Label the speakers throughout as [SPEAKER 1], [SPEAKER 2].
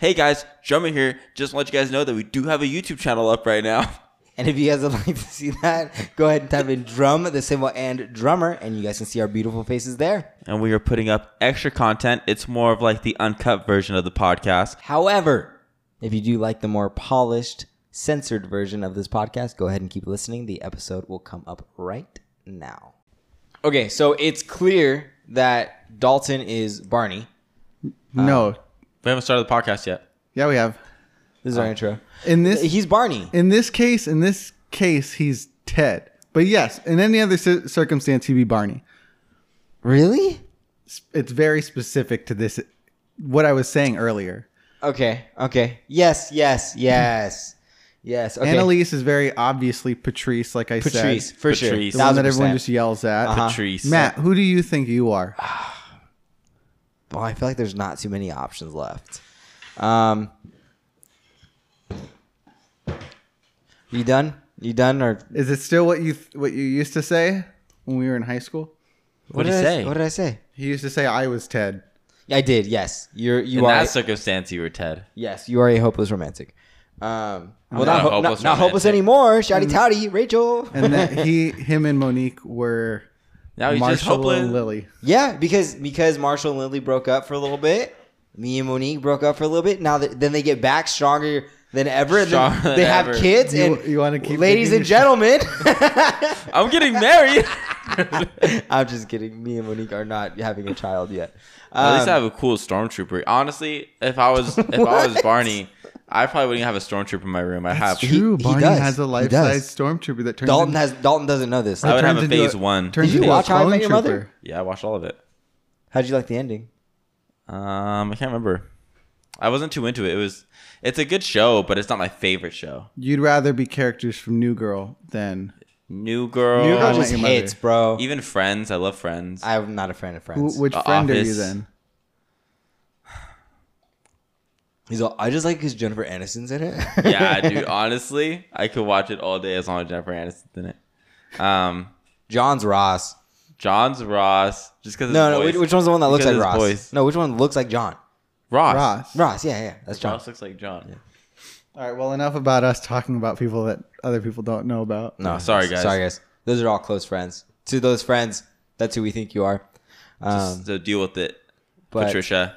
[SPEAKER 1] hey guys, Drummer here. Just to let you guys know that we do have a YouTube channel up right now.
[SPEAKER 2] And if you guys would like to see that, go ahead and type in drum, the symbol, and drummer, and you guys can see our beautiful faces there.
[SPEAKER 1] And we are putting up extra content. It's more of like the uncut version of the podcast.
[SPEAKER 2] However, if you do like the more polished, censored version of this podcast, go ahead and keep listening. The episode will come up right now. Okay, so it's clear that Dalton is Barney.
[SPEAKER 3] No.
[SPEAKER 1] We haven't started the podcast yet.
[SPEAKER 3] Yeah, we have.
[SPEAKER 2] This is our intro.
[SPEAKER 3] In this
[SPEAKER 2] He's Barney.
[SPEAKER 3] in this case, in this case, he's Ted. But yes, in any other cir- circumstance, he'd be Barney.
[SPEAKER 2] Really?
[SPEAKER 3] It's- It's very specific to this. What I was saying earlier.
[SPEAKER 2] Okay, okay. Yes, yes, yes. Yes, okay.
[SPEAKER 3] Annalise is very obviously Patrice, like I
[SPEAKER 2] Patrice,
[SPEAKER 3] said,
[SPEAKER 2] for
[SPEAKER 1] Patrice.
[SPEAKER 3] the
[SPEAKER 2] sure.
[SPEAKER 3] one
[SPEAKER 2] Thousand
[SPEAKER 3] that everyone
[SPEAKER 2] percent.
[SPEAKER 3] just yells at.
[SPEAKER 1] Patrice.
[SPEAKER 3] Matt, who do you think you are?
[SPEAKER 2] Well, I feel like there's not too many options left. Um, you done? You done? Or
[SPEAKER 3] Is it still what you th- what you used to say when we were in high school?
[SPEAKER 1] What did he
[SPEAKER 2] I-
[SPEAKER 1] say?
[SPEAKER 2] What did I say?
[SPEAKER 3] He used to say I was Ted.
[SPEAKER 2] I did. Yes, you're. You
[SPEAKER 1] In
[SPEAKER 2] are.
[SPEAKER 1] that circumstance, you were Ted.
[SPEAKER 2] yes, you are a hopeless romantic. Um,
[SPEAKER 1] not a
[SPEAKER 2] well, not, ho-
[SPEAKER 1] hopeless
[SPEAKER 2] not, not hopeless
[SPEAKER 1] romantic.
[SPEAKER 2] anymore. Shouty touty, Rachel.
[SPEAKER 3] And then he, him, and Monique were
[SPEAKER 1] Now he's just
[SPEAKER 3] Marshall
[SPEAKER 1] hoping.
[SPEAKER 3] and Lily.
[SPEAKER 2] yeah, because because Marshall and Lily broke up for a little bit. Me and Monique broke up for a little bit. Now that then they get back stronger than ever. And then
[SPEAKER 1] Stronger than
[SPEAKER 2] they have
[SPEAKER 1] ever.
[SPEAKER 2] kids
[SPEAKER 3] You-
[SPEAKER 2] and
[SPEAKER 3] you wanna keep
[SPEAKER 2] ladies
[SPEAKER 3] making
[SPEAKER 2] and
[SPEAKER 3] me sh-
[SPEAKER 2] gentlemen.
[SPEAKER 1] I'm getting married.
[SPEAKER 2] I'm just kidding. Me and Monique are not having a child yet.
[SPEAKER 1] At least I
[SPEAKER 2] Um,
[SPEAKER 1] have a cool stormtrooper. Honestly, if I was if I was
[SPEAKER 2] What?
[SPEAKER 1] Barney, I probably wouldn't have a stormtrooper in my room. I have.
[SPEAKER 2] He-
[SPEAKER 3] True,
[SPEAKER 2] he
[SPEAKER 3] Barney
[SPEAKER 2] does.
[SPEAKER 3] has a
[SPEAKER 2] He
[SPEAKER 3] life
[SPEAKER 2] does.
[SPEAKER 3] size stormtrooper that turns
[SPEAKER 2] Dalton
[SPEAKER 3] into-
[SPEAKER 2] has Dalton doesn't know this.
[SPEAKER 1] I would have
[SPEAKER 3] turns
[SPEAKER 1] a
[SPEAKER 3] into
[SPEAKER 1] phase one.
[SPEAKER 3] Turns
[SPEAKER 2] Did you
[SPEAKER 3] into
[SPEAKER 2] watch
[SPEAKER 3] a
[SPEAKER 2] How I Met
[SPEAKER 3] clone
[SPEAKER 2] Your Mother?
[SPEAKER 3] trooper.
[SPEAKER 1] Yeah, I watched all of it.
[SPEAKER 2] How'd you like the ending?
[SPEAKER 1] Um, I can't remember. I wasn't too into it. It was. It's a good show, but it's not my favorite show.
[SPEAKER 3] You'd rather be characters from New Girl than
[SPEAKER 1] New Girl.
[SPEAKER 3] New Girl
[SPEAKER 2] Girl
[SPEAKER 3] Met
[SPEAKER 2] just
[SPEAKER 3] Your Mother.
[SPEAKER 2] hits, bro.
[SPEAKER 1] Even Friends. I love Friends.
[SPEAKER 2] I'm not a friend of friends.
[SPEAKER 3] Wh- which
[SPEAKER 1] The
[SPEAKER 3] friend are you
[SPEAKER 1] Office.
[SPEAKER 3] then?
[SPEAKER 2] He's all, I just like because Jennifer Aniston's in it.
[SPEAKER 1] yeah, dude. Honestly, I could watch it all day as long as Jennifer Aniston's in it. Um,
[SPEAKER 2] John's Ross.
[SPEAKER 1] John's Ross. Just because
[SPEAKER 2] No, no. Which, which one's the one that looks
[SPEAKER 1] Because
[SPEAKER 2] like Ross?
[SPEAKER 1] his voice.
[SPEAKER 2] No, which one looks like John?
[SPEAKER 1] Ross.
[SPEAKER 3] Ross.
[SPEAKER 2] Ross. Yeah, yeah. That's John.
[SPEAKER 1] Ross looks like John.
[SPEAKER 3] All right. Well, enough about us talking about people that other people don't know about.
[SPEAKER 2] No,
[SPEAKER 1] Sorry, guys.
[SPEAKER 2] Sorry, guys. Those are all close friends. To those friends, that's who we think you are. Um,
[SPEAKER 1] Just so deal with it,
[SPEAKER 2] but
[SPEAKER 1] Patricia.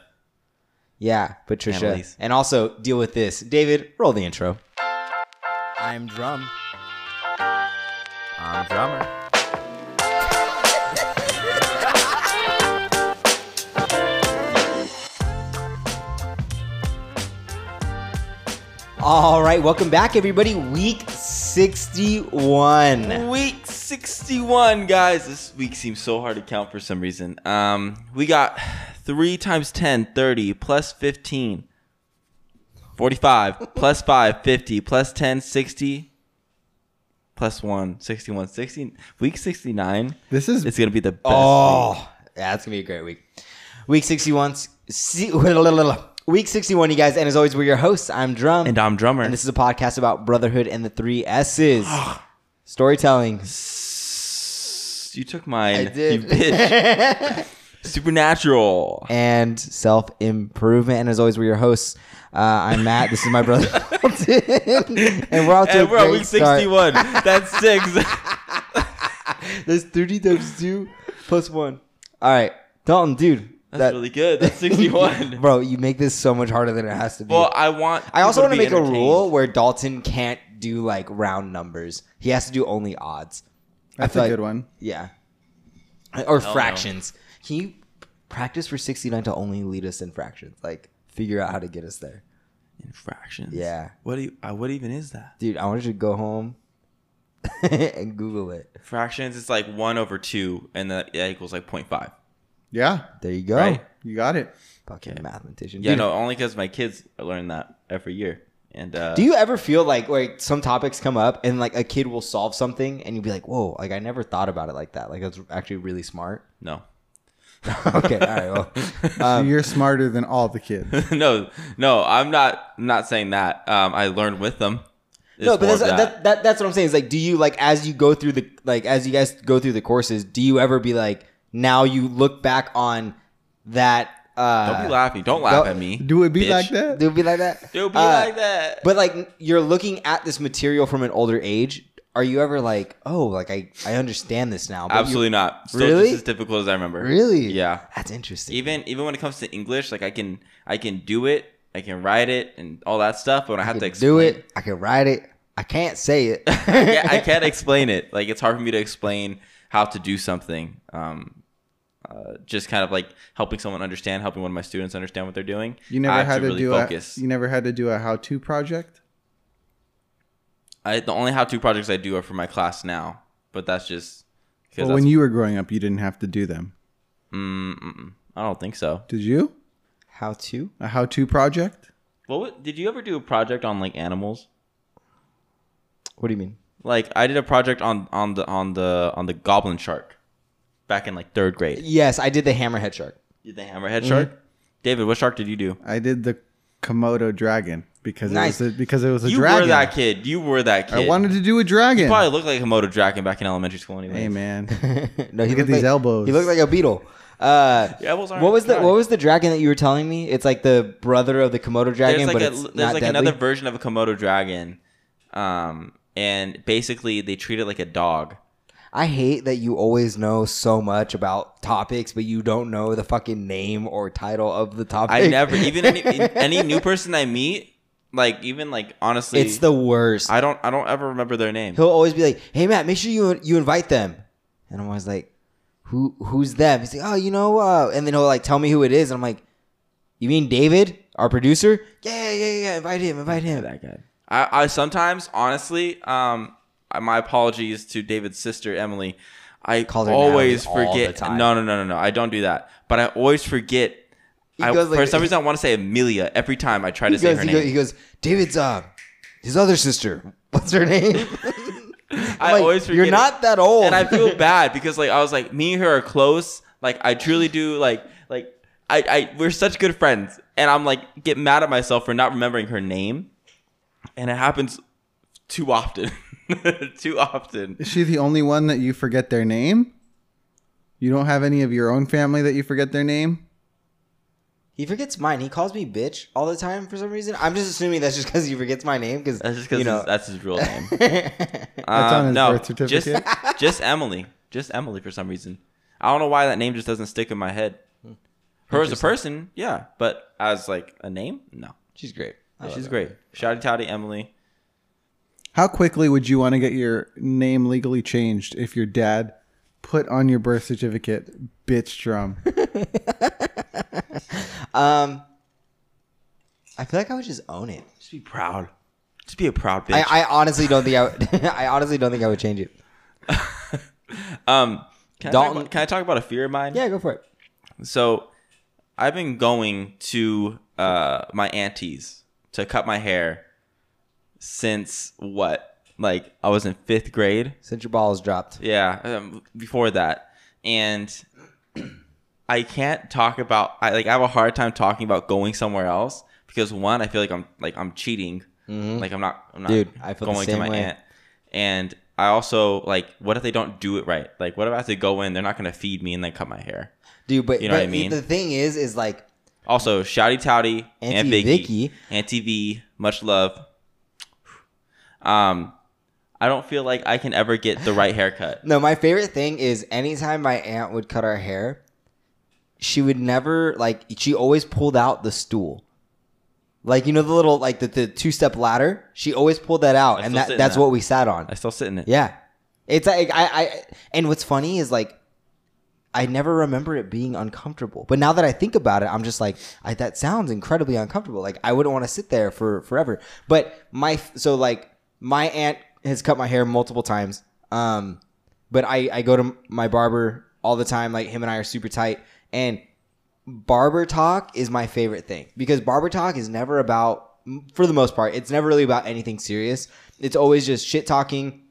[SPEAKER 2] yeah, Patricia,
[SPEAKER 1] Annalise.
[SPEAKER 2] and also deal with this. David, roll the intro. I'm drum.
[SPEAKER 1] I'm drummer.
[SPEAKER 2] All right, welcome back, everybody. Week 61.
[SPEAKER 1] Week 61, guys. This week seems so hard to count for some reason. Um, we got 3 times 10, 30, plus 15, 45, plus 5, 50, plus 10, 60, plus 1, 61, 60. Week 69
[SPEAKER 3] This is
[SPEAKER 1] is going to be the best.
[SPEAKER 2] Oh, yeah, that's going to be a great week. Week 61. see- Week 61, you guys. And as always, we're your hosts. I'm Drum.
[SPEAKER 1] week. And I'm drummer.
[SPEAKER 2] And this is a podcast about brotherhood and the three S's storytelling,
[SPEAKER 1] you took mine.
[SPEAKER 2] I did.
[SPEAKER 1] You bitch. Supernatural.
[SPEAKER 2] and self improvement. And as always, we're your hosts. Uh, I'm Matt. This is my brother, Dalton. and we're out to a
[SPEAKER 1] And we're on
[SPEAKER 2] great
[SPEAKER 1] week
[SPEAKER 2] start.
[SPEAKER 1] 61. That's six.
[SPEAKER 2] That's 30 times 2 plus 1. All right. Dalton, dude.
[SPEAKER 1] That's really good. That's 61.
[SPEAKER 2] Bro, you make this so much harder than it has to be.
[SPEAKER 1] well, I want.
[SPEAKER 2] I also
[SPEAKER 1] people
[SPEAKER 2] want to
[SPEAKER 1] be
[SPEAKER 2] make a
[SPEAKER 1] entertained.
[SPEAKER 2] rule where Dalton can't do like round numbers. He has to do only odds.
[SPEAKER 3] that's
[SPEAKER 2] feel
[SPEAKER 3] a
[SPEAKER 2] like-
[SPEAKER 3] good one.
[SPEAKER 2] Yeah. Or
[SPEAKER 1] no.
[SPEAKER 2] fractions. Can you practice for 69 to only lead us in fractions? Like, figure out how to get us there.
[SPEAKER 1] Infractions.
[SPEAKER 2] Yeah.
[SPEAKER 1] What do you? Uh, what even is that?
[SPEAKER 2] Dude, I want you to go home and Google it.
[SPEAKER 1] Fractions. It's like one over two, and that that equals like 0.5.
[SPEAKER 3] Yeah,
[SPEAKER 2] There you go.
[SPEAKER 1] Right.
[SPEAKER 3] you got it.
[SPEAKER 2] Fucking
[SPEAKER 1] Okay.
[SPEAKER 2] mathematician.
[SPEAKER 1] Yeah.
[SPEAKER 2] Dude,
[SPEAKER 1] No, only because my kids learn that every year. And uh,
[SPEAKER 2] Do you ever feel like like some topics come up and like a kid will solve something and you'll be like, whoa, like I never thought about it like that. Like that's actually really smart.
[SPEAKER 1] no.
[SPEAKER 2] okay, all right. Well,
[SPEAKER 3] So
[SPEAKER 2] um,
[SPEAKER 3] you're smarter than all the kids.
[SPEAKER 1] no, no, I'm not. I'm not saying that. Um, I learned with them. It's
[SPEAKER 2] no, but
[SPEAKER 1] more
[SPEAKER 2] that's,
[SPEAKER 1] of
[SPEAKER 2] that. That, that's what I'm saying. Is like, do you like as you go through the like as you guys go through the courses, do you ever be like, now you look back on that Uh,
[SPEAKER 1] Don't be laughing. Don't laugh
[SPEAKER 2] don't-
[SPEAKER 1] at me.
[SPEAKER 3] Do it be
[SPEAKER 1] bitch.
[SPEAKER 3] like that?
[SPEAKER 2] Do it be like that?
[SPEAKER 1] Do it be
[SPEAKER 2] Uh,
[SPEAKER 1] like that.
[SPEAKER 2] But like you're looking at this material from an older age. Are you ever like, oh, like I, I understand this now? but you-
[SPEAKER 1] Absolutely not. Still
[SPEAKER 2] Really?
[SPEAKER 1] just as difficult as I remember.
[SPEAKER 2] Really?
[SPEAKER 1] Yeah.
[SPEAKER 2] That's interesting.
[SPEAKER 1] Even even when it comes to English, like I can I can do it, I can write it, and all that stuff. But when I
[SPEAKER 2] I
[SPEAKER 1] have
[SPEAKER 2] could
[SPEAKER 1] to explain,
[SPEAKER 2] do it. I can write it. I can't say it.
[SPEAKER 1] I can't, I can't explain it. Like it's hard for me to explain how to do something. Um, uh, just kind of like helping someone understand, helping one of my students understand what they're doing.
[SPEAKER 3] You never
[SPEAKER 1] I have
[SPEAKER 3] had to,
[SPEAKER 1] really
[SPEAKER 3] do
[SPEAKER 1] focus.
[SPEAKER 3] a you never had to do a how to project.
[SPEAKER 1] I, the only how-to projects I do are for my class now, but that's just because
[SPEAKER 3] Well, when you were growing up, you didn't have to do them,
[SPEAKER 1] I don't think so.
[SPEAKER 3] did you?
[SPEAKER 2] How to?
[SPEAKER 3] A how to project?
[SPEAKER 1] What wa- did you ever do a project on like animals?
[SPEAKER 2] What do you mean?
[SPEAKER 1] Like I did a project on on the on the on the goblin shark back in like third grade.
[SPEAKER 2] Yes, I did the hammerhead shark.
[SPEAKER 1] Did the hammerhead
[SPEAKER 2] Mm-hmm.
[SPEAKER 1] shark? David, what shark did you do?
[SPEAKER 3] I did the Komodo dragon because
[SPEAKER 2] Nice.
[SPEAKER 3] it was a, because it was a
[SPEAKER 1] you
[SPEAKER 3] dragon.
[SPEAKER 1] were that kid. You were that kid.
[SPEAKER 3] I wanted to do a dragon.
[SPEAKER 1] you probably looked like a Komodo dragon back in elementary school anyway.
[SPEAKER 3] Hey man,
[SPEAKER 2] no, he
[SPEAKER 3] Look at
[SPEAKER 2] looked
[SPEAKER 3] these
[SPEAKER 2] like-
[SPEAKER 3] elbows.
[SPEAKER 2] He looked like a beetle. Uh,
[SPEAKER 1] The elbows aren't
[SPEAKER 2] what was the
[SPEAKER 1] dry.
[SPEAKER 2] What was the dragon that you were telling me? It's like the brother of the Komodo dragon,
[SPEAKER 1] There's like
[SPEAKER 2] but
[SPEAKER 1] a,
[SPEAKER 2] it's
[SPEAKER 1] there's
[SPEAKER 2] not
[SPEAKER 1] like
[SPEAKER 2] deadly.
[SPEAKER 1] another version of a Komodo dragon, um, and basically they treat it like a dog.
[SPEAKER 2] I hate that you always know so much about topics, but you don't know the fucking name or title of the topic.
[SPEAKER 1] I never even any, any new person I meet, like even like honestly,
[SPEAKER 2] It's the worst.
[SPEAKER 1] I don't I don't ever remember their name.
[SPEAKER 2] He'll always be like, "Hey Matt, make sure you you invite them," and I'm always like, "Who who's them?" He's like, "Oh, you know," uh, and then he'll like tell me who it is, and I'm like, "You mean David, our producer?" Yeah, yeah, yeah. yeah, Invite him. Invite him.
[SPEAKER 1] that guy. I, I sometimes, honestly, um, I- my apologies to David's sister Emily. I
[SPEAKER 2] Call her
[SPEAKER 1] always
[SPEAKER 2] Natalie all the
[SPEAKER 1] forget.
[SPEAKER 2] time.
[SPEAKER 1] No, no, no, no, no. I don't do that. But I always forget. I,
[SPEAKER 2] goes like-
[SPEAKER 1] for some reason, I want to say Amelia every time I try to
[SPEAKER 2] He
[SPEAKER 1] say
[SPEAKER 2] goes,
[SPEAKER 1] her
[SPEAKER 2] he,
[SPEAKER 1] name.
[SPEAKER 2] goes, he goes, David's uh, his other sister. What's her name?
[SPEAKER 1] I always forget.
[SPEAKER 2] You're
[SPEAKER 1] it.
[SPEAKER 2] not that old.
[SPEAKER 1] and I feel bad because like I was like me and her are close. Like I truly do like like I, I we're such good friends, and I'm like get mad at myself for not remembering her name, and it happens too often, too often.
[SPEAKER 3] is she the only one that you forget their name? You don't have any of your own family that you forget their name?
[SPEAKER 2] he forgets mine. He calls me bitch all the time for some reason. I'm just assuming that's just because he forgets my name. Because
[SPEAKER 1] That's just because
[SPEAKER 2] you know.
[SPEAKER 1] that's his real name.
[SPEAKER 3] That's on
[SPEAKER 1] Um,
[SPEAKER 3] his
[SPEAKER 1] no,
[SPEAKER 3] birth certificate.
[SPEAKER 1] Just, just Emily, just Emily for some reason. I don't know why that name just doesn't stick in my head. Her as a person, yeah, but as like a name, no.
[SPEAKER 2] she's great. I love
[SPEAKER 1] She's
[SPEAKER 2] her.
[SPEAKER 1] great. Shouty touty Emily.
[SPEAKER 3] How quickly would you want to get your name legally changed if your dad put on your birth certificate bitch drum?
[SPEAKER 2] Um, I feel like I would just own it.
[SPEAKER 1] Just be proud. Just be a proud bitch.
[SPEAKER 2] I, I honestly don't think I. Would, I honestly don't think I would change it.
[SPEAKER 1] Um, can I, talk
[SPEAKER 2] Dalton-
[SPEAKER 1] about, can I talk about a fear of mine?
[SPEAKER 2] Yeah, go for it.
[SPEAKER 1] So, I've been going to uh my auntie's to cut my hair since what? Like I was in fifth grade.
[SPEAKER 2] Since your ball is dropped,
[SPEAKER 1] Yeah, um, before that, and I can't talk about. I like I have a hard time talking about going somewhere else because one, I feel like I'm like I'm cheating. Like I'm not. I'm not
[SPEAKER 2] Mm-hmm. Dude, I feel the
[SPEAKER 1] going
[SPEAKER 2] same
[SPEAKER 1] to my
[SPEAKER 2] way.
[SPEAKER 1] aunt. And I also like, what if they don't do it right? Like, what if I have to go in? They're not going to feed me and then cut my hair.
[SPEAKER 2] dude. But
[SPEAKER 1] You know what
[SPEAKER 2] but
[SPEAKER 1] I mean?
[SPEAKER 2] The thing is, is like
[SPEAKER 1] Also, shouty touty, Aunt
[SPEAKER 2] Auntie
[SPEAKER 1] Vicky,
[SPEAKER 2] Vicky.
[SPEAKER 1] Auntie V, much love. Um, I don't feel like I can ever get the right haircut.
[SPEAKER 2] No, my favorite thing is anytime my aunt would cut our hair, she would never like she always pulled out the stool. Like you know the little like the, the two step ladder, she always pulled that out,
[SPEAKER 1] I
[SPEAKER 2] and
[SPEAKER 1] still
[SPEAKER 2] that
[SPEAKER 1] sit in
[SPEAKER 2] that's
[SPEAKER 1] that.
[SPEAKER 2] what we sat on.
[SPEAKER 1] I still sit in it.
[SPEAKER 2] Yeah, it's like I, I and what's funny is like I never remember it being uncomfortable, but now that I think about it, I'm just like I, that sounds incredibly uncomfortable. Like I wouldn't want to sit there for forever. But my so like my aunt has cut my hair multiple times. Um, but I I go to my barber all the time. Like him and I are super tight and barber talk is my favorite thing because barber talk is never about for the most part it's never really about anything serious it's always just shit talking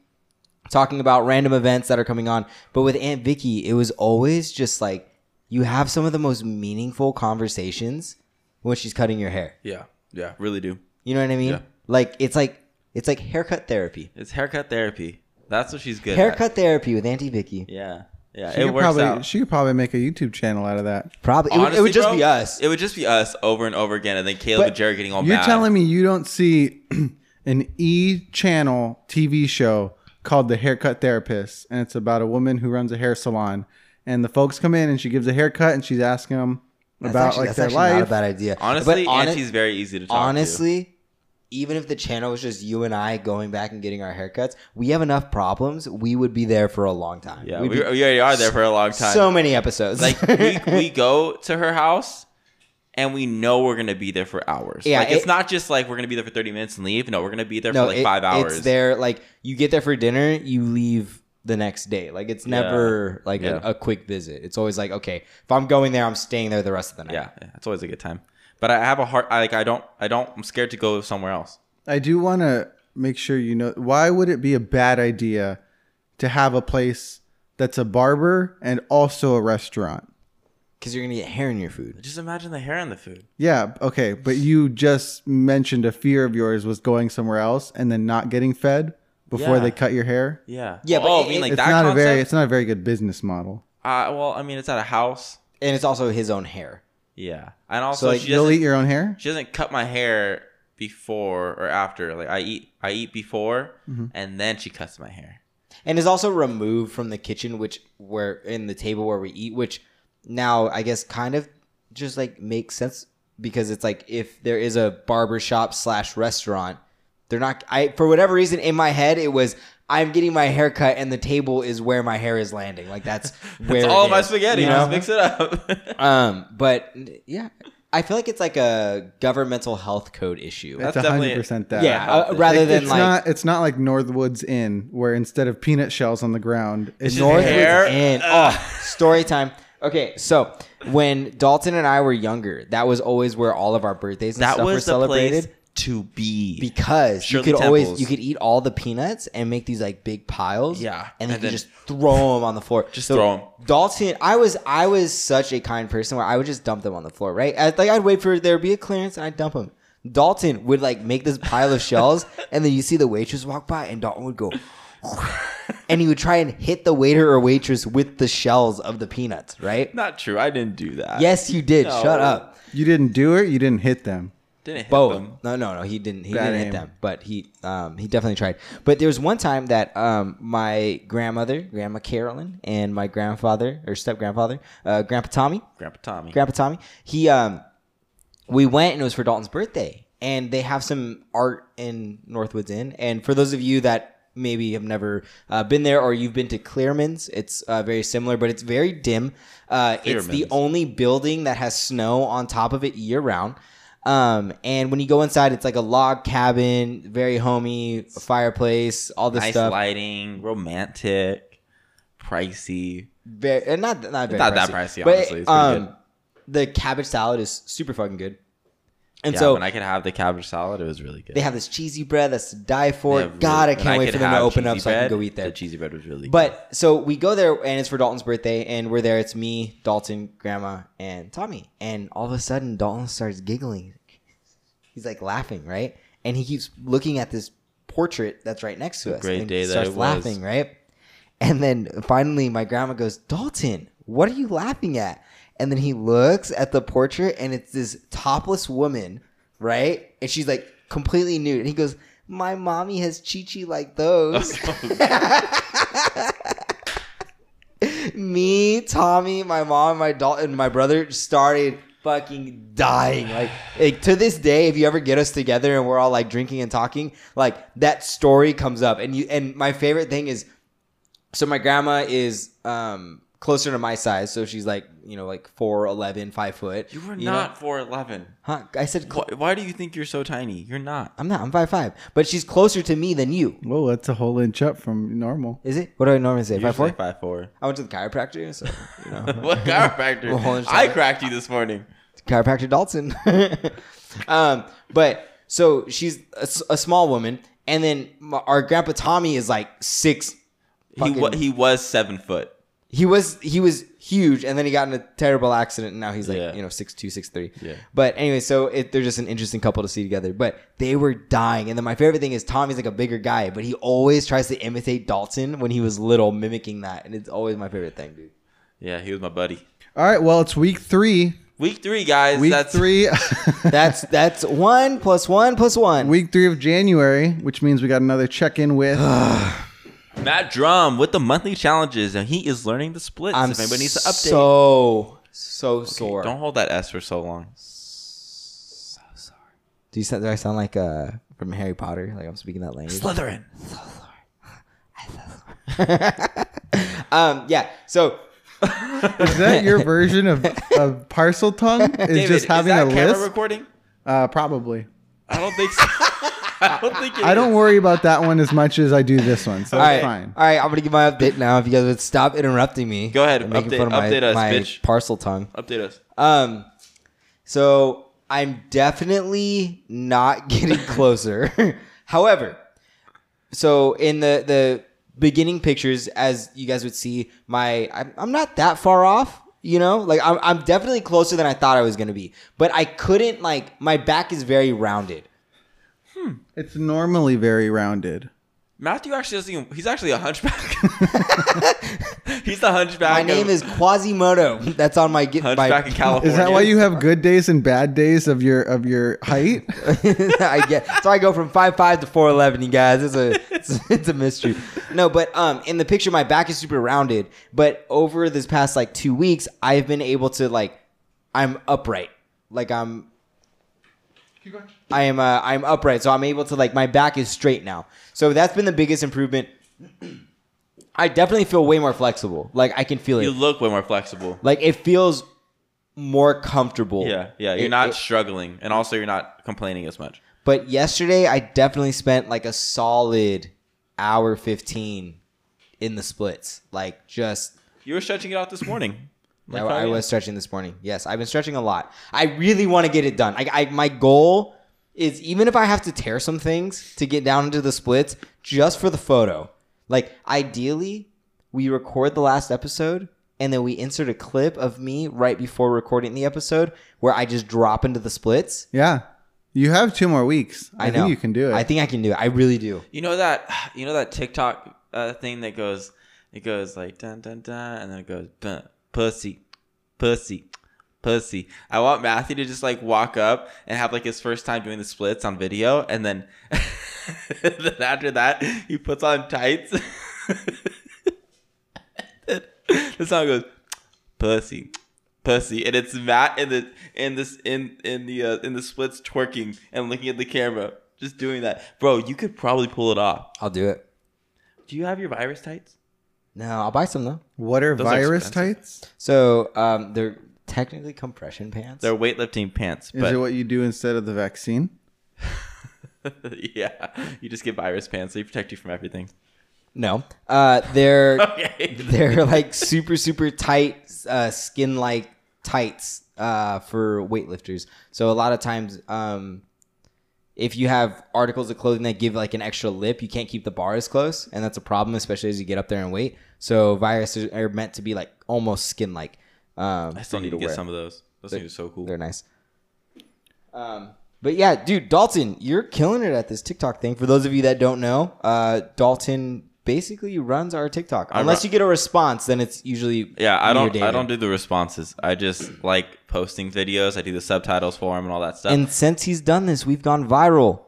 [SPEAKER 2] talking about random events that are coming on but with aunt vicky it was always just like you have some of the most meaningful conversations when she's cutting your hair
[SPEAKER 1] Yeah, yeah, really do.
[SPEAKER 2] you know what i mean
[SPEAKER 1] Yeah.
[SPEAKER 2] like it's like it's like haircut therapy
[SPEAKER 1] It's haircut therapy. That's what she's good. at.
[SPEAKER 2] haircut therapy with auntie vicky
[SPEAKER 1] Yeah, Yeah,
[SPEAKER 3] She
[SPEAKER 1] it
[SPEAKER 3] could
[SPEAKER 1] works
[SPEAKER 3] probably,
[SPEAKER 1] out.
[SPEAKER 3] She could probably make a YouTube channel out of that.
[SPEAKER 2] Probably it would, it
[SPEAKER 1] Honestly,
[SPEAKER 2] would just
[SPEAKER 1] bro,
[SPEAKER 2] be us.
[SPEAKER 1] It would just be us over and over again, and then Caleb
[SPEAKER 2] But
[SPEAKER 1] and Jared getting all
[SPEAKER 3] You're
[SPEAKER 1] mad.
[SPEAKER 3] telling me you don't see an E channel TV show called The Haircut Therapist, and it's about a woman who runs a hair salon, and the folks come in and she gives a haircut and she's asking them
[SPEAKER 2] That's
[SPEAKER 3] about
[SPEAKER 2] actually-
[SPEAKER 3] like
[SPEAKER 2] that's
[SPEAKER 3] their
[SPEAKER 2] actually
[SPEAKER 3] life.
[SPEAKER 2] Not a bad idea.
[SPEAKER 1] honestly,
[SPEAKER 2] But hone-
[SPEAKER 1] Auntie's very easy to talk to.
[SPEAKER 2] honestly, even if the channel was just you and I going back and getting our haircuts, we have enough problems. We would be there for a long time.
[SPEAKER 1] yeah, we,
[SPEAKER 2] We'd
[SPEAKER 1] we
[SPEAKER 2] be-
[SPEAKER 1] already are there for a long time.
[SPEAKER 2] so many episodes.
[SPEAKER 1] like we, we go to her house and we know we're gonna be there for hours.
[SPEAKER 2] Yeah,
[SPEAKER 1] like, it's
[SPEAKER 2] it-
[SPEAKER 1] not just like we're gonna be there for thirty minutes and leave. No, we're gonna be there for like
[SPEAKER 2] it-
[SPEAKER 1] five hours.
[SPEAKER 2] It's there like you get there for dinner, you leave the next day. Like it's
[SPEAKER 1] Yeah.
[SPEAKER 2] never like
[SPEAKER 1] Yeah.
[SPEAKER 2] a, a quick visit. It's always like okay, if I'm going there, I'm staying there the rest of the night.
[SPEAKER 1] Yeah, yeah, it's always a good time. But I have a heart. I, like I don't. I don't. I'm scared to go somewhere else.
[SPEAKER 3] I do want to make sure you know why would it be a bad idea to have a place that's a barber and also a restaurant?
[SPEAKER 2] because you're gonna get hair in your food.
[SPEAKER 1] Just imagine the hair on the food.
[SPEAKER 3] Yeah, okay, but you just mentioned a fear of yours was going somewhere else and then not getting fed before
[SPEAKER 1] Yeah.
[SPEAKER 3] they cut your hair.
[SPEAKER 1] Yeah.
[SPEAKER 2] Yeah, but
[SPEAKER 1] Oh,
[SPEAKER 2] it-
[SPEAKER 1] I mean, like
[SPEAKER 3] it's
[SPEAKER 1] that
[SPEAKER 3] not
[SPEAKER 1] concept.
[SPEAKER 3] a very it's not a very good business model.
[SPEAKER 1] uh, well, I mean, it's at a house.
[SPEAKER 2] And it's also his own hair.
[SPEAKER 1] Yeah, and also
[SPEAKER 2] like,
[SPEAKER 1] she
[SPEAKER 3] You'll
[SPEAKER 1] doesn't.
[SPEAKER 3] eat your own hair?
[SPEAKER 1] she doesn't cut my hair before or after. Like I eat. I eat before,
[SPEAKER 2] Mm-hmm.
[SPEAKER 1] and then she cuts my hair.
[SPEAKER 2] and is also removed from the kitchen which where in the table where we eat which now i guess kind of just like makes sense because it's like if there is a barber shop slash restaurant they're not i for whatever reason in my head it was i'm getting my hair cut and the table is where my hair is landing like that's where
[SPEAKER 1] It's
[SPEAKER 2] it
[SPEAKER 1] all my
[SPEAKER 2] is,
[SPEAKER 1] spaghetti.
[SPEAKER 2] you
[SPEAKER 1] Just
[SPEAKER 2] know?
[SPEAKER 1] mix it up.
[SPEAKER 2] um but yeah i feel like it's like a governmental health code issue
[SPEAKER 1] That's
[SPEAKER 3] It's
[SPEAKER 1] definitely-
[SPEAKER 3] hundred percent that.
[SPEAKER 2] yeah uh,
[SPEAKER 1] health
[SPEAKER 2] rather
[SPEAKER 3] Like,
[SPEAKER 2] than
[SPEAKER 3] it's
[SPEAKER 2] like
[SPEAKER 3] not it's not like Northwoods Inn where instead of peanut shells on the ground, it's
[SPEAKER 1] just
[SPEAKER 3] Northwoods.
[SPEAKER 1] hair. Uh.
[SPEAKER 2] and oh, story time. Okay, so when Dalton and I were younger, that was always where all of our birthdays and
[SPEAKER 1] that
[SPEAKER 2] stuff were
[SPEAKER 1] was the
[SPEAKER 2] celebrated
[SPEAKER 1] place to be.
[SPEAKER 2] because
[SPEAKER 1] Shirley
[SPEAKER 2] you could always
[SPEAKER 1] Temples.
[SPEAKER 2] you could eat all the peanuts and make these like big piles.
[SPEAKER 1] Yeah,
[SPEAKER 2] and then
[SPEAKER 1] and
[SPEAKER 2] you
[SPEAKER 1] then-
[SPEAKER 2] just throw them on the floor.
[SPEAKER 1] Just throw 'em.
[SPEAKER 2] Dalton, I was I was such a kind person where I would just dump them on the floor. Right, I, like I'd wait for there to be a clearance and I'd dump them. Dalton would like make this pile of shells, and then you see the waitress walk by, and Dalton would go. And he would try and hit the waiter or waitress with the shells of the peanuts, right?
[SPEAKER 1] Not true. I didn't do that.
[SPEAKER 2] Yes, you did.
[SPEAKER 1] No.
[SPEAKER 2] Shut up.
[SPEAKER 3] You didn't do it, you didn't hit them.
[SPEAKER 1] didn't hit
[SPEAKER 2] Both.
[SPEAKER 1] them.
[SPEAKER 2] No, no, no. He didn't. He
[SPEAKER 3] Bad
[SPEAKER 2] didn't hit
[SPEAKER 3] aim.
[SPEAKER 2] them, but he um, he definitely tried. But there was one time that um, my grandmother, Grandma Carolyn, and my grandfather or step grandfather, uh, Grandpa Tommy,
[SPEAKER 1] Grandpa Tommy.
[SPEAKER 2] Grandpa Tommy, he um, we went and it was for Dalton's birthday, and they have some art in Northwoods Inn. And for those of you that maybe have never uh, been there or you've been to Clearman's, it's uh, very similar, but it's very dim. Uh, it's the
[SPEAKER 1] Clearman's.
[SPEAKER 2] only building that has snow on top of it year round. Um, and when you go inside, it's like a log cabin, very homey, fireplace, all this
[SPEAKER 1] nice
[SPEAKER 2] stuff.
[SPEAKER 1] lighting, romantic, pricey.
[SPEAKER 2] very uh, not not very
[SPEAKER 1] not
[SPEAKER 2] pricey.
[SPEAKER 1] that pricey,
[SPEAKER 2] But, um,
[SPEAKER 1] honestly. It's pretty good.
[SPEAKER 2] The cabbage salad is super fucking good, and
[SPEAKER 1] yeah,
[SPEAKER 2] so
[SPEAKER 1] when I could have the cabbage salad, it was really good.
[SPEAKER 2] they have this cheesy bread that's to die for.
[SPEAKER 1] They have
[SPEAKER 2] God,
[SPEAKER 1] really-
[SPEAKER 2] I
[SPEAKER 1] when
[SPEAKER 2] can't wait
[SPEAKER 1] could
[SPEAKER 2] for them to
[SPEAKER 1] have
[SPEAKER 2] open up
[SPEAKER 1] cheesy
[SPEAKER 2] so I can
[SPEAKER 1] bread,
[SPEAKER 2] go eat there.
[SPEAKER 1] The cheesy bread was really good.
[SPEAKER 2] But so we go there and it's for Dalton's birthday, and we're there. It's me, Dalton, Grandma, and Tommy. And all of a sudden, Dalton starts giggling. He's like laughing, right? And he keeps looking at this portrait that's right next to us.
[SPEAKER 1] great
[SPEAKER 2] and
[SPEAKER 1] day
[SPEAKER 2] he
[SPEAKER 1] that
[SPEAKER 2] starts
[SPEAKER 1] it was.
[SPEAKER 2] laughing, right? And then finally, my grandma goes, Dalton, what are you laughing at? And then he looks at the portrait, and it's this topless woman, right? And she's like completely nude. And he goes, My mommy has chi chi like those. me, Tommy, my mom, my daughter, and my brother started fucking dying. Like, like, to this day, if you ever get us together and we're all like drinking and talking, like that story comes up. And you and my favorite thing is, so my grandma is um closer to my size, so she's like you know like four eleven, five foot.
[SPEAKER 1] you were
[SPEAKER 2] know?
[SPEAKER 1] not four eleven.
[SPEAKER 2] Huh? I said. Cl-
[SPEAKER 1] Why, why do you think you're so tiny? You're not.
[SPEAKER 2] I'm not. I'm five five, but she's closer to me than you.
[SPEAKER 3] Well, that's a whole inch up from normal.
[SPEAKER 2] Is it? What do I normally say? Five four.
[SPEAKER 1] five four.
[SPEAKER 2] I went to the chiropractor, so you know.
[SPEAKER 1] what chiropractor?
[SPEAKER 2] Well, hold on a
[SPEAKER 1] I
[SPEAKER 2] second.
[SPEAKER 1] cracked you this morning.
[SPEAKER 2] chiropractor Dalton. um, but so she's a, s- a small woman, and then m- our grandpa Tommy is like six.
[SPEAKER 1] He
[SPEAKER 2] Fucking-
[SPEAKER 1] wa- he was seven foot.
[SPEAKER 2] He was he was huge, and then he got in a terrible accident, and now he's like
[SPEAKER 1] Yeah.
[SPEAKER 2] you know six two, six three.
[SPEAKER 1] Yeah.
[SPEAKER 2] But anyway, so it, they're just an interesting couple to see together. But they were dying, and then my favorite thing is Tommy's like a bigger guy, but he always tries to imitate Dalton when he was little, mimicking that, and it's always my favorite thing, dude.
[SPEAKER 1] Yeah, he was my buddy.
[SPEAKER 3] All right. Well, it's week three.
[SPEAKER 1] Week three, guys.
[SPEAKER 3] Week
[SPEAKER 1] that's
[SPEAKER 3] three.
[SPEAKER 2] That's that's one plus one plus one.
[SPEAKER 3] week three of January, which means we got another check in with.
[SPEAKER 1] Matt Drum with the monthly challenges, and he is learning the splits.
[SPEAKER 2] I'm
[SPEAKER 1] if anybody needs to update,
[SPEAKER 2] so so sore.
[SPEAKER 1] don't hold that S for so long.
[SPEAKER 2] So sorry. Do you sound, do I sound like uh from Harry Potter? Like I'm speaking that language.
[SPEAKER 1] Slytherin.
[SPEAKER 2] um, yeah. So
[SPEAKER 3] Is that your version of, of parcel tongue? Is
[SPEAKER 1] David,
[SPEAKER 3] just having
[SPEAKER 1] is that
[SPEAKER 3] a
[SPEAKER 1] camera
[SPEAKER 3] list?
[SPEAKER 1] recording?
[SPEAKER 3] uh, probably.
[SPEAKER 1] I don't think so. I don't think it
[SPEAKER 3] I don't
[SPEAKER 1] is.
[SPEAKER 3] worry about that one as much as I do this one, so
[SPEAKER 2] all
[SPEAKER 3] it's
[SPEAKER 2] right,
[SPEAKER 3] fine.
[SPEAKER 2] all right. I'm gonna give my update now. If you guys would stop interrupting me,
[SPEAKER 1] Go ahead,
[SPEAKER 2] and making
[SPEAKER 1] update-
[SPEAKER 2] fun of my-
[SPEAKER 1] update us,
[SPEAKER 2] my
[SPEAKER 1] bitch.
[SPEAKER 2] Parcel tongue.
[SPEAKER 1] Update us.
[SPEAKER 2] Um, so I'm definitely not getting closer. However, so in the the beginning pictures, as you guys would see, my I'm, I'm not that far off. You know, like I'm I'm definitely closer than I thought I was gonna be, but I couldn't like my back is very rounded.
[SPEAKER 3] It's normally very rounded.
[SPEAKER 1] Matthew actually doesn't even, he's actually a hunchback. he's the hunchback.
[SPEAKER 2] My name
[SPEAKER 1] of,
[SPEAKER 2] is Quasimodo. That's on my get
[SPEAKER 1] hunchback
[SPEAKER 2] my,
[SPEAKER 1] in California.
[SPEAKER 3] Is that why you have good days and bad days of your of your height?
[SPEAKER 2] I get so I go from five five to four eleven. You guys, it's a it's, it's a mystery. No, but um, in the picture, my back is super rounded. But over this past like two weeks, I've been able to like, I'm upright. Like I'm I am uh, I'm upright, so I'm able to like my back is straight now. So that's been the biggest improvement. I definitely feel way more flexible. Like I can feel it.
[SPEAKER 1] You look way more flexible.
[SPEAKER 2] like it feels more comfortable.
[SPEAKER 1] Yeah, yeah. You're
[SPEAKER 2] It-
[SPEAKER 1] not
[SPEAKER 2] it-
[SPEAKER 1] struggling, and also you're not complaining as much.
[SPEAKER 2] but yesterday I definitely spent like a solid hour 15 in the splits. Like just
[SPEAKER 1] You were stretching it out this morning. Like, oh,
[SPEAKER 2] I,
[SPEAKER 1] how
[SPEAKER 2] I
[SPEAKER 1] you-
[SPEAKER 2] was stretching this morning. Yes, I've been stretching a lot. I really want to get it done. I, I my goal is even if I have to tear some things to get down into the splits just for the photo. Like ideally, we record the last episode and then we insert a clip of me right before recording the episode where I just drop into the splits.
[SPEAKER 3] Yeah, you have two more weeks. I,
[SPEAKER 2] I, know
[SPEAKER 3] think you can do it.
[SPEAKER 2] I think I can do it. I really do.
[SPEAKER 1] You know that you know that TikTok uh, thing that goes it goes like dun dun dun and then it goes dun, pussy pussy pussy. I want Matthew to just like walk up and have like his first time doing the splits on video and then then after that he puts on tights. the song goes pussy pussy and it's Matt in the in this in in the uh, in the splits twerking and looking at the camera just doing that bro you could probably pull it off
[SPEAKER 2] I'll do it.
[SPEAKER 1] do you have your virus tights
[SPEAKER 2] No, I'll buy some though.
[SPEAKER 3] what are
[SPEAKER 1] Those are
[SPEAKER 3] virus
[SPEAKER 1] expensive.
[SPEAKER 3] tights?
[SPEAKER 2] So um, they're technically compression pants.
[SPEAKER 1] they're weightlifting pants
[SPEAKER 3] Is
[SPEAKER 1] but
[SPEAKER 3] it what you do instead of the vaccine?
[SPEAKER 1] yeah you just get virus pants they protect you from everything
[SPEAKER 2] no, uh, they're
[SPEAKER 1] okay
[SPEAKER 2] they're like super super tight uh, skin like tights uh, for weightlifters. So a lot of times, um, if you have articles of clothing that give like an extra lip, you can't keep the bars close, and that's a problem, especially as you get up there and weight. So viruses are meant to be like almost skin like. Um,
[SPEAKER 1] i still
[SPEAKER 2] for
[SPEAKER 1] need
[SPEAKER 2] you
[SPEAKER 1] to get
[SPEAKER 2] wear.
[SPEAKER 1] some of those those things are so cool
[SPEAKER 2] They're nice. Um, but yeah, dude, Dalton, you're killing it at this TikTok thing. For those of you that don't know, uh, Dalton basically runs our TikTok.
[SPEAKER 1] I
[SPEAKER 2] Unless
[SPEAKER 1] run-
[SPEAKER 2] you get a response, then it's usually
[SPEAKER 1] yeah
[SPEAKER 2] me or
[SPEAKER 1] i don't i
[SPEAKER 2] David.
[SPEAKER 1] don't do the responses i just like posting videos i do the subtitles for them and all that stuff
[SPEAKER 2] And since he's done this, we've gone viral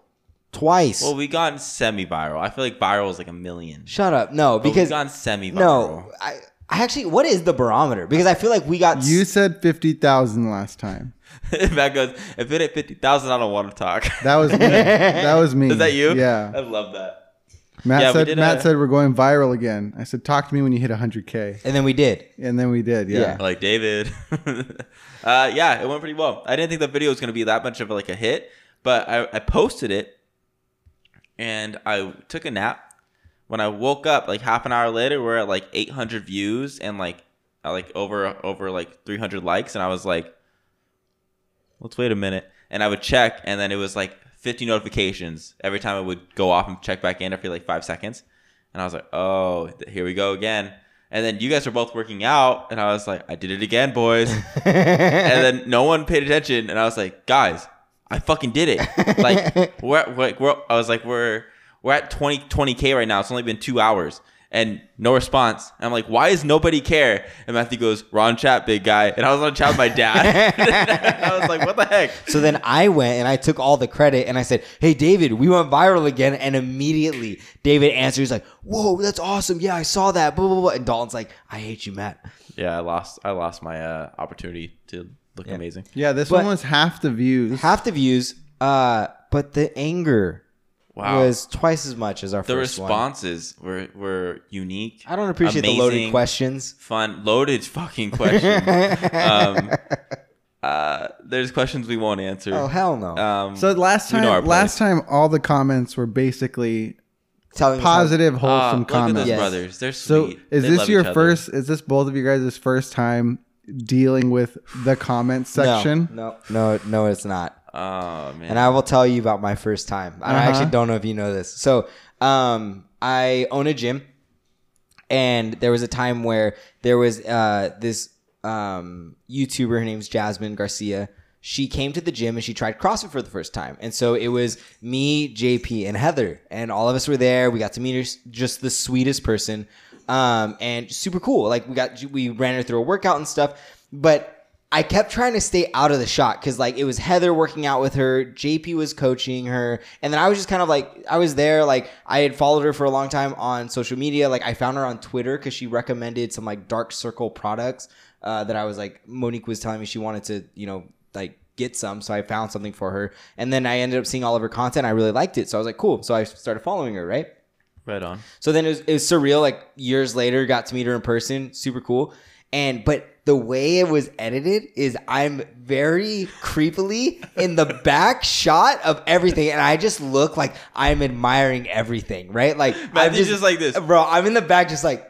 [SPEAKER 2] twice.
[SPEAKER 1] well we gone semi-viral i feel like viral is like a million
[SPEAKER 2] Shut up, no,
[SPEAKER 1] But
[SPEAKER 2] because
[SPEAKER 1] we gone semi-viral
[SPEAKER 2] no, I, I actually, what is the barometer? Because I feel like we got
[SPEAKER 3] You said fifty thousand last time.
[SPEAKER 1] Matt goes, if it at 50,000, I don't want to talk.
[SPEAKER 3] That was me. that was me.
[SPEAKER 1] Is that you? I
[SPEAKER 3] Yeah.
[SPEAKER 1] love that.
[SPEAKER 3] Matt
[SPEAKER 1] Yeah, we
[SPEAKER 3] said.
[SPEAKER 1] did
[SPEAKER 3] Matt
[SPEAKER 1] a-
[SPEAKER 3] said we're going viral again. I said talk to me when you hit hundred k,
[SPEAKER 2] and then we did.
[SPEAKER 3] and then we did. Yeah.
[SPEAKER 2] Yeah.
[SPEAKER 1] I Like David. uh, yeah, it went pretty well. I didn't think the video was going to be that much of like a hit, but I, I posted it and I took a nap. When I woke up, like half an hour later, we're at like 800 views and like uh, like over over like 300 likes, and I was like, let's wait a minute. And I would check, and then it was like 50 notifications every time I would go off and check back in every like five seconds. And I was like, oh, th- here we go again. And then you guys were both working out, and I was like, I did it again, boys. and then no one paid attention, and I was like, guys, I fucking did it. Like, we're, at- like we're, I was like, we're we're at 20 20k right now. It's only been two hours, and no response. And I'm like, why is nobody care? And Matthew goes, "We're on chat, big guy." And I was on chat with my dad. And I was like, what the heck?
[SPEAKER 2] So then I went and I took all the credit and I said, "Hey David, we went viral again." And immediately David answers he's like, "Whoa, that's awesome! Yeah, I saw that." Blah blah blah. And Dalton's like, "I hate you, Matt."
[SPEAKER 1] Yeah, I lost. I lost my uh, opportunity to look amazing.
[SPEAKER 3] Yeah, this
[SPEAKER 2] But-
[SPEAKER 3] one was half the views.
[SPEAKER 2] Half the views, uh, but the anger
[SPEAKER 1] Wow.
[SPEAKER 2] was twice as much as our
[SPEAKER 1] the
[SPEAKER 2] first one.
[SPEAKER 1] responses were were unique.
[SPEAKER 2] I don't appreciate the loaded
[SPEAKER 1] amazing,
[SPEAKER 2] questions.
[SPEAKER 1] Fun, loaded fucking questions. um, uh, there's questions we won't answer.
[SPEAKER 2] Oh hell no!
[SPEAKER 1] um,
[SPEAKER 3] so last
[SPEAKER 1] you know our
[SPEAKER 3] time,
[SPEAKER 1] place.
[SPEAKER 3] last time, all the comments were basically
[SPEAKER 2] Telling us how-
[SPEAKER 3] positive,
[SPEAKER 1] Ah,
[SPEAKER 3] wholesome
[SPEAKER 1] look at
[SPEAKER 3] comments.
[SPEAKER 1] those
[SPEAKER 2] Yes.
[SPEAKER 1] brothers. They're
[SPEAKER 3] So,
[SPEAKER 1] sweet.
[SPEAKER 3] is
[SPEAKER 1] They
[SPEAKER 3] this
[SPEAKER 1] love
[SPEAKER 3] your
[SPEAKER 1] each other.
[SPEAKER 3] first? Is this both of you guys' first time dealing with the comment section?
[SPEAKER 2] No, no, no, no, it's not.
[SPEAKER 1] Oh man.
[SPEAKER 2] And I will tell you about my first time. I
[SPEAKER 3] Uh-huh.
[SPEAKER 2] actually don't know if you know this. So, um, I own a gym, and there was a time where there was uh, this um, YouTuber. Her name's Jasmine Garcia. She came to the gym and she tried CrossFit for the first time. And so it was me, JP, and Heather, and all of us were there. We got to meet her, s- just the sweetest person, um, and super cool. Like we got we ran her through a workout and stuff, but I kept trying to stay out of the shot because like it was Heather working out with her, JP was coaching her, and then I was just kind of like I was there. Like I had followed her for a long time on social media. Like I found her on Twitter because she recommended some like dark circle products uh, that I was like Monique was telling me she wanted to you know like get some. So I found something for her, and then I ended up seeing all of her content. I really liked it, so I was like cool. So I started following her. Right.
[SPEAKER 1] right on.
[SPEAKER 2] So then it was, it was surreal. Like years later, got to meet her in person. Super cool. And but the way it was edited is I'm very creepily in the back shot of everything, and I just look like I'm admiring everything, right? Like I'm
[SPEAKER 1] Matthew's just like this.
[SPEAKER 2] bro. I'm in the back, just like.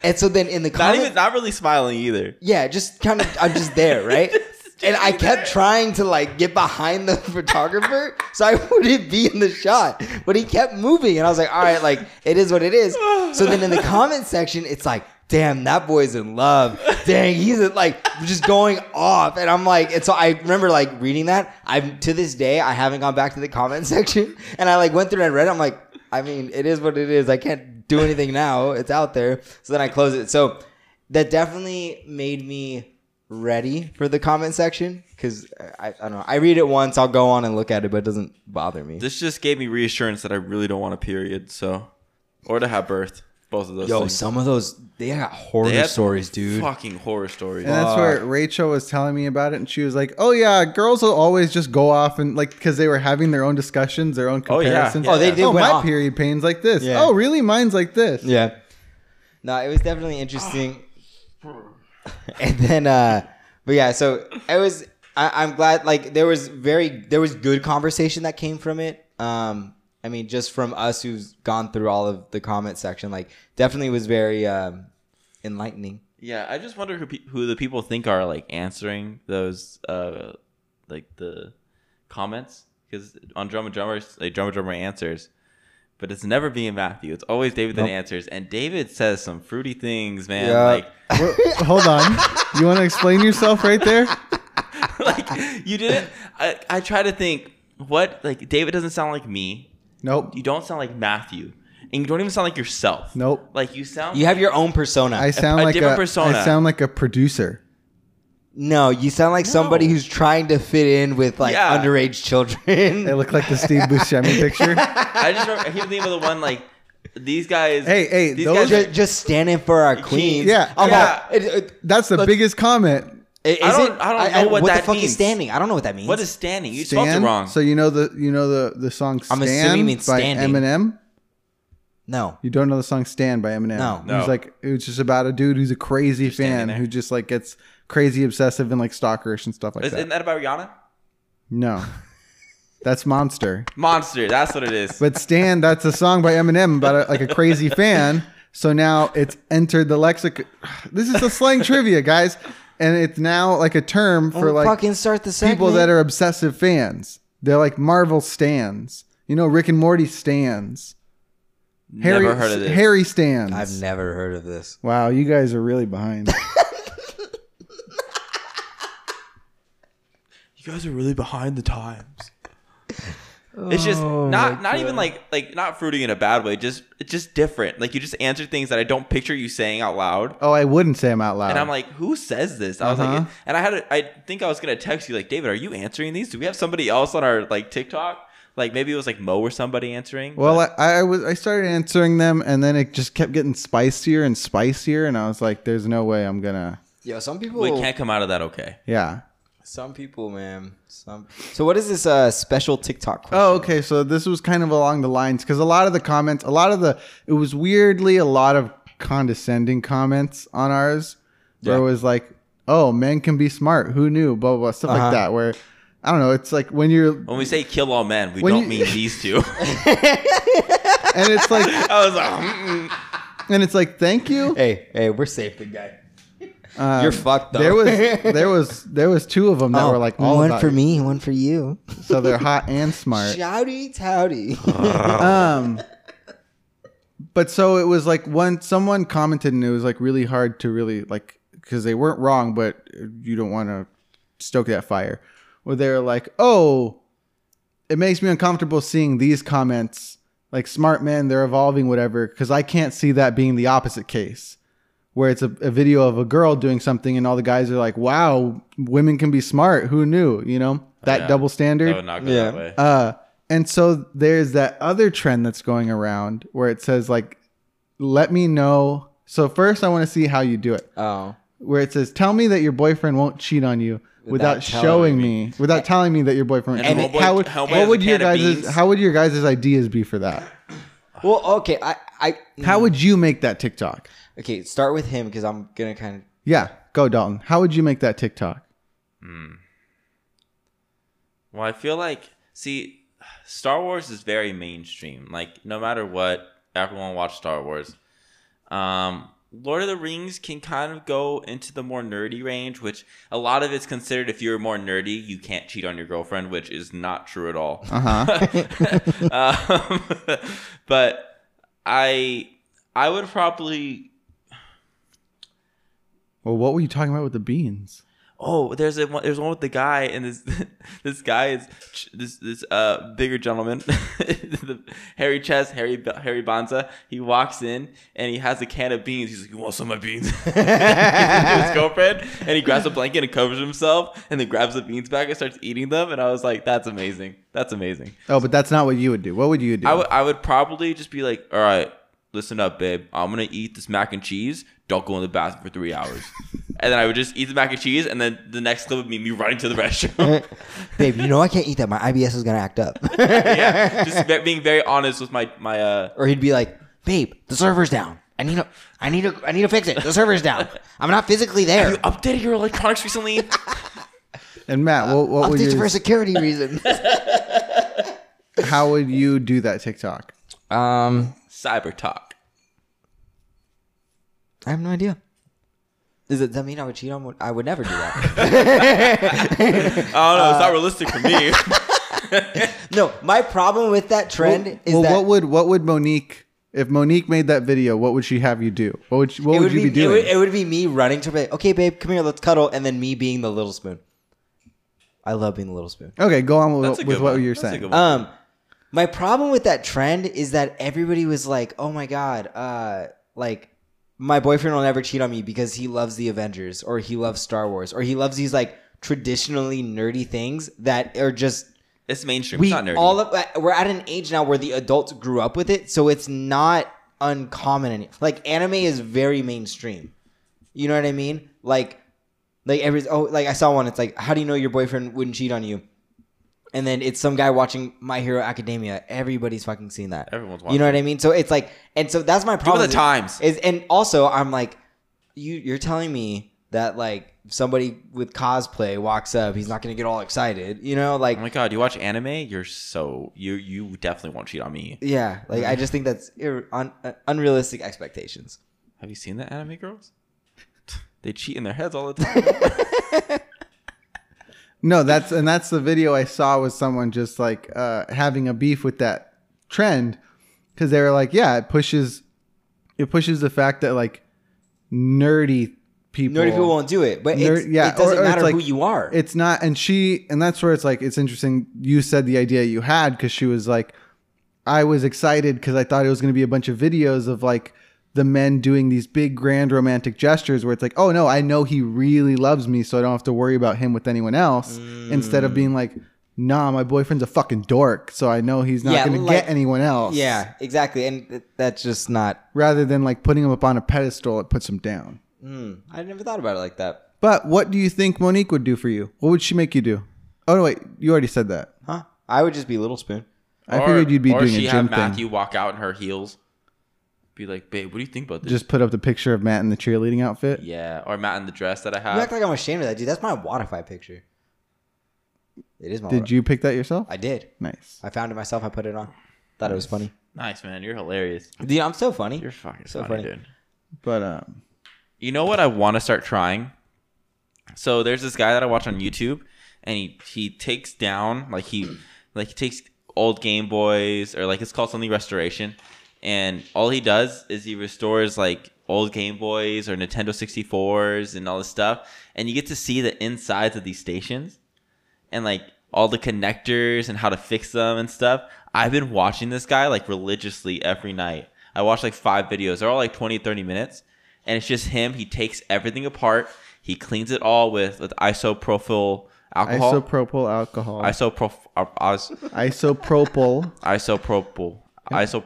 [SPEAKER 2] And so then in the
[SPEAKER 1] Not
[SPEAKER 2] comments,
[SPEAKER 1] even. Not really smiling either.
[SPEAKER 2] yeah, just kind of, I'm just there, right? and I kept trying to like get behind the photographer so I wouldn't be in the shot, but he kept moving, and I was like, all right, like it is what it is. So then in the comment section, it's like, damn, that boy's in love. Dang, he's like just going off, and I'm like, and so I remember like reading that. I'm to this day, I haven't gone back to the comment section, and I like went through and I read. It, I'm like, I mean, it is what it is. I can't do anything now. It's out there. So then I close it. So that definitely made me ready for the comment section because I, I don't know. I read it once, I'll go on and look at it, but it doesn't bother me.
[SPEAKER 1] This just gave me reassurance that I really don't want a period. So, or to have birth. Both of those.
[SPEAKER 2] Yo,
[SPEAKER 1] things.
[SPEAKER 2] some of those they got horror
[SPEAKER 1] They had
[SPEAKER 2] stories, dude.
[SPEAKER 1] Fucking horror stories.
[SPEAKER 3] And that's where Rachel was telling me about it, and she was like, "Oh yeah, girls will always just go off and like because they were having their own discussions, their own
[SPEAKER 1] Oh, yeah.
[SPEAKER 3] comparisons.
[SPEAKER 1] Oh, they
[SPEAKER 2] did
[SPEAKER 3] Oh,
[SPEAKER 2] went
[SPEAKER 3] my
[SPEAKER 2] off.
[SPEAKER 3] period pain's like this.
[SPEAKER 2] Yeah.
[SPEAKER 3] Oh, really? Mine's like this.
[SPEAKER 2] Yeah. No, it was definitely interesting. and then uh but yeah, so it was I, I'm glad like there was very there was good conversation that came from it. Um I mean just from us who's gone through all of the comment section, like definitely was very um enlightening.
[SPEAKER 1] Yeah, I just wonder who pe- who the people think are like answering those uh like the comments because on Drummer Drummer like Drummer Drummer answers, but it's never being Matthew. It's always David that
[SPEAKER 2] Nope.
[SPEAKER 1] answers, and David says some fruity things, man.
[SPEAKER 2] Yeah.
[SPEAKER 3] Well, hold on, you want to explain yourself right there?
[SPEAKER 1] Like like you didn't. I I try to think what like David doesn't sound like me.
[SPEAKER 3] Nope.
[SPEAKER 1] You don't sound like Matthew, and you don't even sound like yourself.
[SPEAKER 3] Nope.
[SPEAKER 1] Like you sound.
[SPEAKER 2] You have your own persona.
[SPEAKER 3] I sound
[SPEAKER 1] a
[SPEAKER 3] like
[SPEAKER 1] different
[SPEAKER 3] a
[SPEAKER 1] persona.
[SPEAKER 3] I sound like a producer.
[SPEAKER 2] no, you sound like somebody
[SPEAKER 1] No.
[SPEAKER 2] who's trying to fit in with like
[SPEAKER 1] Yeah.
[SPEAKER 2] underage children.
[SPEAKER 3] I look like the Steve Buscemi picture.
[SPEAKER 1] I just remember, I keep thinking of the one like these guys.
[SPEAKER 3] Hey, hey,
[SPEAKER 1] these
[SPEAKER 3] those-
[SPEAKER 1] guys are-
[SPEAKER 2] just, just standing for our queens.
[SPEAKER 3] Yeah.
[SPEAKER 2] I'm
[SPEAKER 1] Yeah.
[SPEAKER 2] all- it- it-
[SPEAKER 3] That's the
[SPEAKER 2] Look-
[SPEAKER 3] biggest comment.
[SPEAKER 2] Is
[SPEAKER 1] I don't-
[SPEAKER 2] it?
[SPEAKER 1] I don't know what
[SPEAKER 2] what
[SPEAKER 1] that
[SPEAKER 2] the fuck
[SPEAKER 1] means.
[SPEAKER 2] is standing. I don't know what that means.
[SPEAKER 1] What is standing? You spelled it
[SPEAKER 3] Stan.
[SPEAKER 1] wrong.
[SPEAKER 3] So you know the you know the the song
[SPEAKER 2] I'm
[SPEAKER 3] "Stand"
[SPEAKER 2] assuming you mean
[SPEAKER 3] by
[SPEAKER 2] standing.
[SPEAKER 3] Eminem.
[SPEAKER 2] no?
[SPEAKER 3] You don't know the song "Stand" by Eminem.
[SPEAKER 2] No.
[SPEAKER 1] No.
[SPEAKER 3] It's like it was just about a dude who's a crazy
[SPEAKER 1] standing
[SPEAKER 3] fan
[SPEAKER 1] there.
[SPEAKER 3] who just like gets crazy obsessive and like stalkerish and stuff like
[SPEAKER 1] Is,
[SPEAKER 3] that.
[SPEAKER 1] isn't that about Rihanna?
[SPEAKER 3] No, that's Monster.
[SPEAKER 1] Monster. That's what it is.
[SPEAKER 3] But "Stand" that's a song by Eminem about a, like a crazy fan. So now it's entered the lexicon. This is a slang trivia, guys, and it's now like a term for
[SPEAKER 2] Don't
[SPEAKER 3] like
[SPEAKER 2] fucking start the segment.
[SPEAKER 3] people that are obsessive fans. They're like Marvel stands. You know, Rick and Morty stands. Harry,
[SPEAKER 1] Never heard of this.
[SPEAKER 3] Harry stands.
[SPEAKER 2] I've never heard of this.
[SPEAKER 3] wow, you guys are really behind.
[SPEAKER 1] You guys are really behind the times. It's just
[SPEAKER 3] oh
[SPEAKER 1] not not even like like not fruity in a bad way. Just it's just different. Like you just answer things that I don't picture you saying out loud.
[SPEAKER 3] oh, I wouldn't say them out loud.
[SPEAKER 1] And I'm like, who says this? I was
[SPEAKER 3] Uh-huh.
[SPEAKER 1] like, and I had, a, I think I was gonna text you like, David, are you answering these? Do we have somebody else on our like TikTok? Like maybe it was like Mo or somebody answering.
[SPEAKER 3] well, I, I was I started answering them, and then it just kept getting spicier and spicier, and I was like, "There's no way I'm gonna."
[SPEAKER 2] Yo, some people.
[SPEAKER 1] we can't come out of that okay.
[SPEAKER 3] Yeah.
[SPEAKER 2] Some people, man. Some. So what is this uh, special TikTok question?
[SPEAKER 3] Oh, okay. So this was kind of along the lines because a lot of the comments, a lot of the, it was weirdly a lot of condescending comments on ours. Where it
[SPEAKER 2] Yeah.
[SPEAKER 3] was like, "Oh, men can be smart. Who knew?" Blah blah, blah stuff
[SPEAKER 2] Uh-huh.
[SPEAKER 3] like that. Where I don't know. It's like when you're,
[SPEAKER 1] When we say kill all men, we
[SPEAKER 3] When
[SPEAKER 1] don't
[SPEAKER 3] you-
[SPEAKER 1] mean these two.
[SPEAKER 3] and it's like,
[SPEAKER 1] I was like, "Mm, mm-mm.
[SPEAKER 3] and it's like, thank you.
[SPEAKER 2] Hey, hey, we're safe, big guy.
[SPEAKER 3] Um,
[SPEAKER 2] You're fucked up. Oh,
[SPEAKER 3] There was, there was, there was two of them that were like all
[SPEAKER 2] one
[SPEAKER 3] about
[SPEAKER 2] for
[SPEAKER 3] you.
[SPEAKER 2] me, one for you.
[SPEAKER 3] So they're hot and smart.
[SPEAKER 2] Shouty touty.
[SPEAKER 3] um but so it was like one someone commented and it was like really hard to really like because they weren't wrong but you don't want to stoke that fire where they're like oh it makes me uncomfortable seeing these comments like smart men they're evolving whatever because i can't see that being the opposite case where it's a, a video of a girl doing something and all the guys are like wow women can be smart who knew you know that
[SPEAKER 1] yeah.
[SPEAKER 3] double standard
[SPEAKER 1] that would not go
[SPEAKER 2] Yeah.
[SPEAKER 1] that way.
[SPEAKER 3] uh, and so there's that other trend that's going around where it says like, "Let me know." So first, I want to see how you do it.
[SPEAKER 2] oh,
[SPEAKER 3] Where it says, "Tell me that your boyfriend won't cheat on you without,
[SPEAKER 2] Without telling
[SPEAKER 3] showing me, without telling me that your boyfriend."
[SPEAKER 1] And
[SPEAKER 3] won't
[SPEAKER 1] homeboy-
[SPEAKER 3] cheat." how would
[SPEAKER 1] homeboy
[SPEAKER 3] what
[SPEAKER 1] has
[SPEAKER 3] would
[SPEAKER 1] a
[SPEAKER 3] your
[SPEAKER 1] can of
[SPEAKER 3] guys
[SPEAKER 1] beans.
[SPEAKER 3] how would your guys' ideas be for that?
[SPEAKER 2] well, okay. I, I, mm,
[SPEAKER 3] How would you make that TikTok?
[SPEAKER 2] Okay, start with him because I'm gonna kind of.
[SPEAKER 3] Yeah, go Dalton. How would you make that TikTok?
[SPEAKER 1] Well, I feel like see, Star Wars is very mainstream. Like no matter what, everyone watched Star Wars. Um, Lord of the Rings can kind of go into the more nerdy range, which a lot of it's considered if you're more nerdy, you can't cheat on your girlfriend, which is not true at all.
[SPEAKER 3] Uh-huh.
[SPEAKER 1] um, but I I would probably
[SPEAKER 3] Well, what were you talking about with the beans?
[SPEAKER 1] Oh, there's a one, there's one with the guy and this this guy is ch- this this uh bigger gentleman, the hairy chest, hairy b- hairy bonza. He walks in and he has a can of beans. He's like, "You want some of my beans?" He gives it to his girlfriend, and he grabs a blanket and covers himself, and then grabs the beans back and starts eating them. And I was like, "That's amazing! That's amazing!"
[SPEAKER 3] Oh, but that's not what you would do. What would you do?
[SPEAKER 1] I would I would probably just be like, "All right, listen up, babe. I'm gonna eat this mac and cheese. Don't go in the bathroom for three hours." And then I would just eat the mac and cheese, and then the next clip would be me running to the restroom.
[SPEAKER 2] eh. Babe, you know I can't eat that. My IBS is gonna act up.
[SPEAKER 1] yeah, just be- being very honest with my my. uh
[SPEAKER 2] or he'd be like, "Babe, the server's down. I need to, I need to, I need to fix it. The server's down. I'm not physically
[SPEAKER 1] You
[SPEAKER 2] there.
[SPEAKER 1] updated your electronics recently.
[SPEAKER 3] and Matt, what, what would
[SPEAKER 2] Update for
[SPEAKER 3] you?
[SPEAKER 2] security reasons."
[SPEAKER 3] How would you do that TikTok?
[SPEAKER 2] um,
[SPEAKER 1] Cyber talk.
[SPEAKER 2] I have no idea. Does it, that mean I would cheat on? one- I would never do that.
[SPEAKER 1] I don't know.
[SPEAKER 3] Uh,
[SPEAKER 1] It's not realistic for me.
[SPEAKER 2] no, my problem with that trend
[SPEAKER 3] Well,
[SPEAKER 2] is
[SPEAKER 3] well,
[SPEAKER 2] that
[SPEAKER 3] what would what would Monique if Monique made that video? What would she have you do? What would she, what
[SPEAKER 2] it would
[SPEAKER 3] would, you
[SPEAKER 2] be,
[SPEAKER 3] be, doing?
[SPEAKER 2] It would, it would be me running to her, like, okay, babe, come here, let's cuddle, and then me being the little spoon. I love being the little spoon.
[SPEAKER 3] okay, go on with,
[SPEAKER 1] That's a
[SPEAKER 3] with
[SPEAKER 1] good
[SPEAKER 3] what
[SPEAKER 1] one.
[SPEAKER 3] you're
[SPEAKER 1] That's a
[SPEAKER 3] saying. Uh,
[SPEAKER 1] good one.
[SPEAKER 2] Um, my problem with that trend is that everybody was like, "Oh my god, uh, like my boyfriend will never cheat on me because he loves the Avengers or he loves Star Wars or he loves these like traditionally nerdy things that are just
[SPEAKER 1] it's mainstream.
[SPEAKER 2] we
[SPEAKER 1] it's not nerdy.
[SPEAKER 2] all of uh, we're at an age now where the adults grew up with it, so it's not uncommon. Any, like anime is very mainstream. You know what I mean? Like, like every oh, like I saw one. It's like, how do you know your boyfriend wouldn't cheat on you? And then it's some guy watching My Hero Academia. Everybody's fucking seen that.
[SPEAKER 1] Everyone's
[SPEAKER 2] You know what I mean? So it's like, and so that's my problem.
[SPEAKER 1] the times.
[SPEAKER 2] is, and also I'm like, you you're telling me that like somebody with cosplay walks up, he's not gonna get all excited. You know, like
[SPEAKER 1] oh my god, you watch anime? You're so you you definitely won't cheat on me.
[SPEAKER 2] Yeah, like
[SPEAKER 3] Mm-hmm.
[SPEAKER 2] I just think that's ir- un- uh, unrealistic expectations.
[SPEAKER 1] Have you seen the anime girls? They cheat in their heads all the time.
[SPEAKER 3] No, that's and that's the video I saw was someone just like uh, having a beef with that trend because they were like, yeah, it pushes, it pushes the fact that like nerdy people,
[SPEAKER 2] Nerdy people won't do it, but it's,
[SPEAKER 3] Nerd- yeah,
[SPEAKER 2] it doesn't
[SPEAKER 3] or- or it's
[SPEAKER 2] matter
[SPEAKER 3] like-
[SPEAKER 2] who you are.
[SPEAKER 3] It's not, and she, and that's where it's like it's interesting. You said the idea you had because she was like, I was excited because I thought it was going to be a bunch of videos of like the men doing these big grand romantic gestures where it's like, oh no, I know he really loves me, so I don't have to worry about him with anyone else. Instead of being like, nah, my boyfriend's a fucking dork, so I know he's not
[SPEAKER 2] Yeah,
[SPEAKER 3] going to
[SPEAKER 2] like-
[SPEAKER 3] get anyone else.
[SPEAKER 2] yeah, exactly, and th- that's just not.
[SPEAKER 3] Rather than like putting him up on a pedestal, it puts him down.
[SPEAKER 2] Hmm, I never thought about it like that.
[SPEAKER 3] But what do you think Monique would do for you? What would she make you do? Oh no, wait, you already said that.
[SPEAKER 2] Huh? I would just be Little Spoon.
[SPEAKER 3] I figured you'd be
[SPEAKER 1] or
[SPEAKER 3] doing
[SPEAKER 1] she
[SPEAKER 3] a
[SPEAKER 1] had
[SPEAKER 3] gym
[SPEAKER 1] Matthew
[SPEAKER 3] thing.
[SPEAKER 1] walk out in her heels. Be like, babe, what do you think about this?
[SPEAKER 3] Just put up the picture of Matt in the cheerleading outfit.
[SPEAKER 1] yeah, or Matt in the dress that I
[SPEAKER 2] You act
[SPEAKER 1] have.
[SPEAKER 2] like I'm ashamed of that, dude. That's my Watify picture. It is my.
[SPEAKER 3] Did
[SPEAKER 2] Watify.
[SPEAKER 3] you pick that yourself?
[SPEAKER 2] I did.
[SPEAKER 3] Nice.
[SPEAKER 2] I found it myself. I put it on. Thought it was funny.
[SPEAKER 1] Nice man, you're hilarious.
[SPEAKER 2] Dude, I'm so funny.
[SPEAKER 1] You're fucking
[SPEAKER 2] So
[SPEAKER 1] funny,
[SPEAKER 2] funny.
[SPEAKER 1] dude.
[SPEAKER 3] But um,
[SPEAKER 1] You know what I want to start trying? So there's this guy that I watch on YouTube and he he takes down like he like he takes old Game Boys or like it's called something restoration and all he does is he restores like old Game Boys or Nintendo 64s and all this stuff and you get to see the insides of these stations and like all the connectors and how to fix them and stuff. I've been watching this guy like religiously every night. I watch like five videos. They're all like 20, 30 minutes. And it's just him. He takes everything apart. He cleans it all with, with isopropyl alcohol.
[SPEAKER 3] isopropyl alcohol.
[SPEAKER 1] Isoprof, uh, is,
[SPEAKER 3] isopropyl.
[SPEAKER 1] isopropyl. Iso,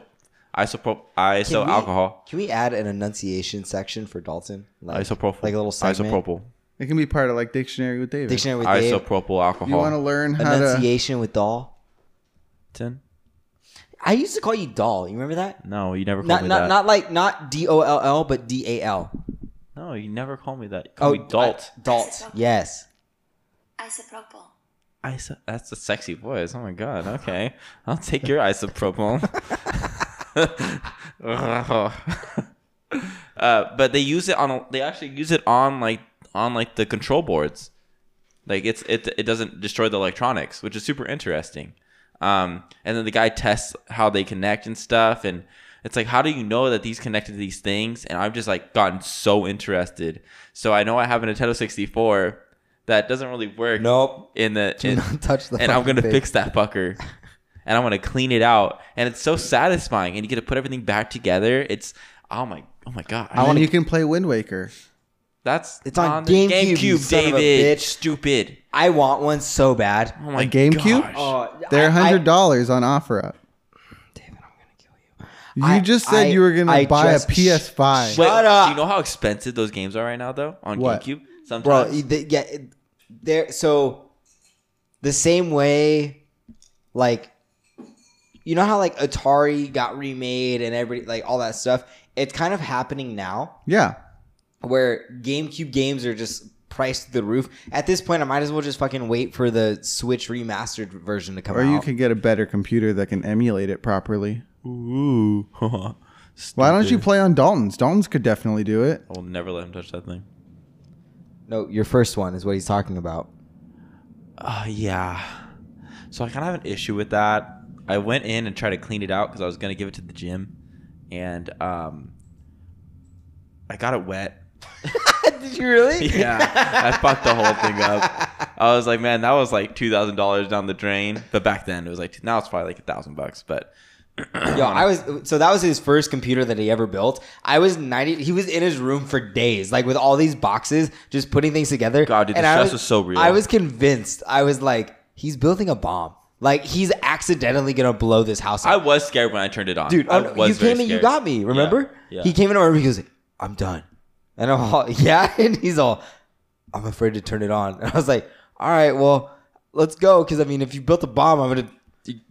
[SPEAKER 1] isopro, iso
[SPEAKER 2] we-
[SPEAKER 1] alcohol.
[SPEAKER 2] Can we add an enunciation section for Dalton? Like,
[SPEAKER 1] Isopropyl.
[SPEAKER 2] Like a little segment.
[SPEAKER 1] Isopropyl.
[SPEAKER 3] It can be part of like dictionary with David.
[SPEAKER 2] Dictionary with Dave.
[SPEAKER 1] Isopropyl
[SPEAKER 3] If you want to
[SPEAKER 1] alcohol.
[SPEAKER 3] learn how to
[SPEAKER 2] enunciation with doll. I used to call you doll. You remember that?
[SPEAKER 1] No, you never called
[SPEAKER 2] Not
[SPEAKER 1] me
[SPEAKER 2] not
[SPEAKER 1] that.
[SPEAKER 2] not like not D O L L, but D A L.
[SPEAKER 1] no, you never called me
[SPEAKER 2] Oh,
[SPEAKER 1] that. You called me Dalt.
[SPEAKER 2] I- Dalt. Yes.
[SPEAKER 4] Isopropyl.
[SPEAKER 1] Iso- that's a sexy voice. Oh my god. Okay, I'll take your isopropyl. Ugh. uh, but they use it on. a- They actually use it on like on like the control boards. Like it's it it doesn't destroy the electronics, which is super interesting. Um, and then the guy tests how they connect and stuff, and it's like, how do you know that these connected to these things? And I've just like gotten so interested. So I know I have a Nintendo sixty four that doesn't really work
[SPEAKER 2] Nope.
[SPEAKER 1] in the
[SPEAKER 2] Do
[SPEAKER 1] in-
[SPEAKER 2] not touch the
[SPEAKER 1] and I'm
[SPEAKER 2] fucking
[SPEAKER 1] gonna
[SPEAKER 2] thing.
[SPEAKER 1] fix that fucker. And I'm gonna clean it out, and it's so satisfying. And you get to put everything back together. It's oh my, oh my god!
[SPEAKER 3] I want you can play Wind Waker.
[SPEAKER 1] That's
[SPEAKER 2] It's on GameCube, you son of a
[SPEAKER 1] David.
[SPEAKER 2] bitch.
[SPEAKER 1] Stupid.
[SPEAKER 2] I want one so bad.
[SPEAKER 1] Oh my
[SPEAKER 3] GameCube?
[SPEAKER 1] gosh.
[SPEAKER 3] They're
[SPEAKER 2] Oh, I- I-
[SPEAKER 3] hundred dollars on OfferUp.
[SPEAKER 2] David, I'm gonna kill you.
[SPEAKER 3] You
[SPEAKER 2] I-
[SPEAKER 3] just said
[SPEAKER 2] I-
[SPEAKER 3] you were gonna
[SPEAKER 2] I
[SPEAKER 3] buy a
[SPEAKER 2] just-
[SPEAKER 3] PS5.
[SPEAKER 1] Wait,
[SPEAKER 2] Shut up.
[SPEAKER 1] Do you know how expensive those games are right now, though? On
[SPEAKER 3] What?
[SPEAKER 1] GameCube,
[SPEAKER 2] bro. e-
[SPEAKER 1] sometimes.
[SPEAKER 2] The, yeah, it- there. So the same way, like you know how like Atari got remade and everybody like all that stuff. It's kind of happening now
[SPEAKER 3] yeah,
[SPEAKER 2] where GameCube games are just priced through the roof. At this point, I might as well just fucking wait for the Switch remastered version to come
[SPEAKER 3] or
[SPEAKER 2] out.
[SPEAKER 3] you could get a better computer that can emulate it properly.
[SPEAKER 1] Ooh.
[SPEAKER 3] Why don't you play on Dalton's? Dalton's could definitely do it.
[SPEAKER 1] I will never let him touch that thing.
[SPEAKER 2] no, your first one is what he's talking about.
[SPEAKER 1] Uh, yeah. So I kind of have an issue with that. I went in and tried to clean it out because I was gonna give it to the gym, and um, I got it wet.
[SPEAKER 2] Did you really?
[SPEAKER 1] Yeah, I fucked the whole thing up. I was like, man, that was like two thousand dollars down the drain. But back then it was like now it's probably like a thousand bucks. But
[SPEAKER 2] Yo, I was so that was his first computer that he ever built. I was ninety. He was in his room for days, like with all these boxes, just putting things together.
[SPEAKER 1] God, dude, the
[SPEAKER 2] And I
[SPEAKER 1] stress was so real.
[SPEAKER 2] I was convinced. I was like, he's building a bomb. Like he's accidentally gonna blow this house
[SPEAKER 1] I
[SPEAKER 2] up.
[SPEAKER 1] was scared when I turned it on.
[SPEAKER 2] dude,
[SPEAKER 1] I
[SPEAKER 2] oh, you
[SPEAKER 1] was
[SPEAKER 2] came
[SPEAKER 1] very
[SPEAKER 2] and you
[SPEAKER 1] scared.
[SPEAKER 2] got me. Remember?
[SPEAKER 1] Yeah, yeah.
[SPEAKER 2] He came in over. He goes, "I'm done," and I'm all, "Yeah," and he's all, "I'm afraid to turn it on." And I was like, "All right, well, let's go." Because I mean, if you built a bomb, I'm gonna,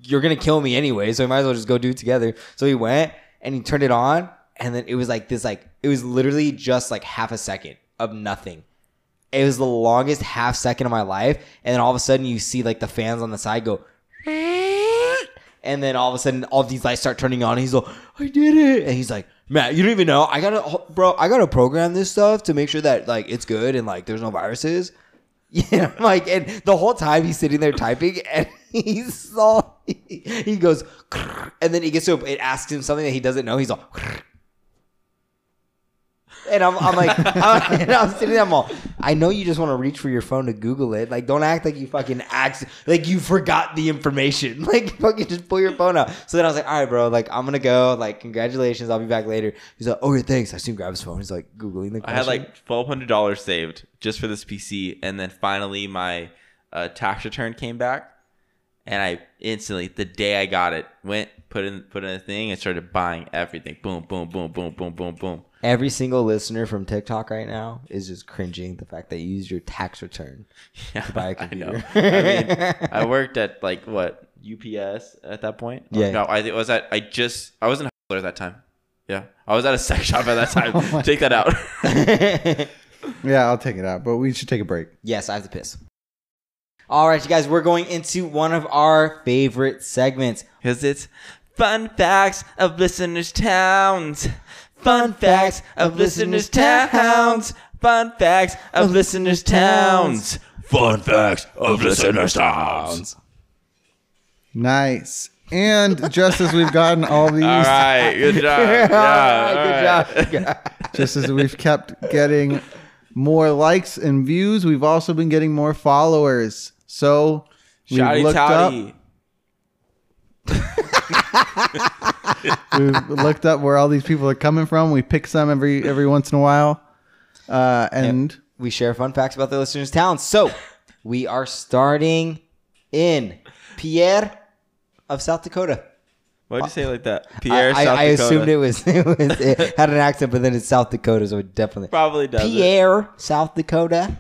[SPEAKER 2] you're gonna kill me anyway. So we might as well just go do it together. So he went and he turned it on, and then it was like this, like it was literally just like half a second of nothing. It was the longest half second of my life, and then all of a sudden you see like the fans on the side go. And then all of a sudden, all these lights start turning on. And he's like, "I did it!" And he's like, "Matt, you don't even know. I gotta, bro. I gotta program this stuff to make sure that like it's good and like there's no viruses." Yeah, I'm like, and the whole time he's sitting there typing, and he's all he goes and then he gets to it asks him something that he doesn't know. He's all and I'm, I'm like I'm, and I'm sitting there. I'm all I know you just want to reach for your phone to Google it. Like don't act like you fucking act like you forgot the information. Like fucking just pull your phone out. So then I was like, all right, bro. Like I'm gonna go. Like congratulations. I'll be back later. He's like, oh yeah, thanks. I soon grab his phone. He's like googling the.
[SPEAKER 1] I
[SPEAKER 2] Question.
[SPEAKER 1] had like twelve hundred dollars saved just for this PC, and then finally my uh, tax return came back, and I instantly the day I got it went put in put in a thing and started buying everything. Boom, boom, boom, boom, boom, boom, boom.
[SPEAKER 2] Every single listener from TikTok right now is just cringing at the fact that you used your tax return.
[SPEAKER 1] Yeah,
[SPEAKER 2] buy a
[SPEAKER 1] I know.
[SPEAKER 2] computer.
[SPEAKER 1] I mean, I worked at like what UPS at that point.
[SPEAKER 2] Yeah.
[SPEAKER 1] No, I it was at I just I wasn't a hustler at that time. Yeah, I was at a sex shop at that time.
[SPEAKER 3] Oh my
[SPEAKER 1] Take that out.
[SPEAKER 3] Yeah, I'll take it out, but we should take a break.
[SPEAKER 2] yes, I have to piss. All right, you guys, we're going into one of our favorite segments.
[SPEAKER 1] Because it's fun facts of listeners' towns. Fun facts of listeners' towns. Fun facts of listeners' towns. Fun facts of listeners' towns.
[SPEAKER 3] Nice. And just as we've gotten all these,
[SPEAKER 1] All right, good job. Yeah, all right.
[SPEAKER 2] Good job.
[SPEAKER 3] just as we've kept getting more likes and views, we've also been getting more followers. So we
[SPEAKER 1] Shouty
[SPEAKER 3] looked
[SPEAKER 1] touty.
[SPEAKER 3] up, we looked up where all these people are coming from. We pick some every every once in a while, uh, and
[SPEAKER 2] we share fun facts about the listeners' towns. So we are starting in Pierre of South Dakota.
[SPEAKER 1] Why'd you say it like that?
[SPEAKER 2] I,
[SPEAKER 1] Pierre,
[SPEAKER 2] I,
[SPEAKER 1] South
[SPEAKER 2] I
[SPEAKER 1] Dakota.
[SPEAKER 2] assumed it was, it was it had an accent, but then it's South Dakota, so it definitely
[SPEAKER 1] Probably does. Pierre.
[SPEAKER 2] Pierre, South Dakota.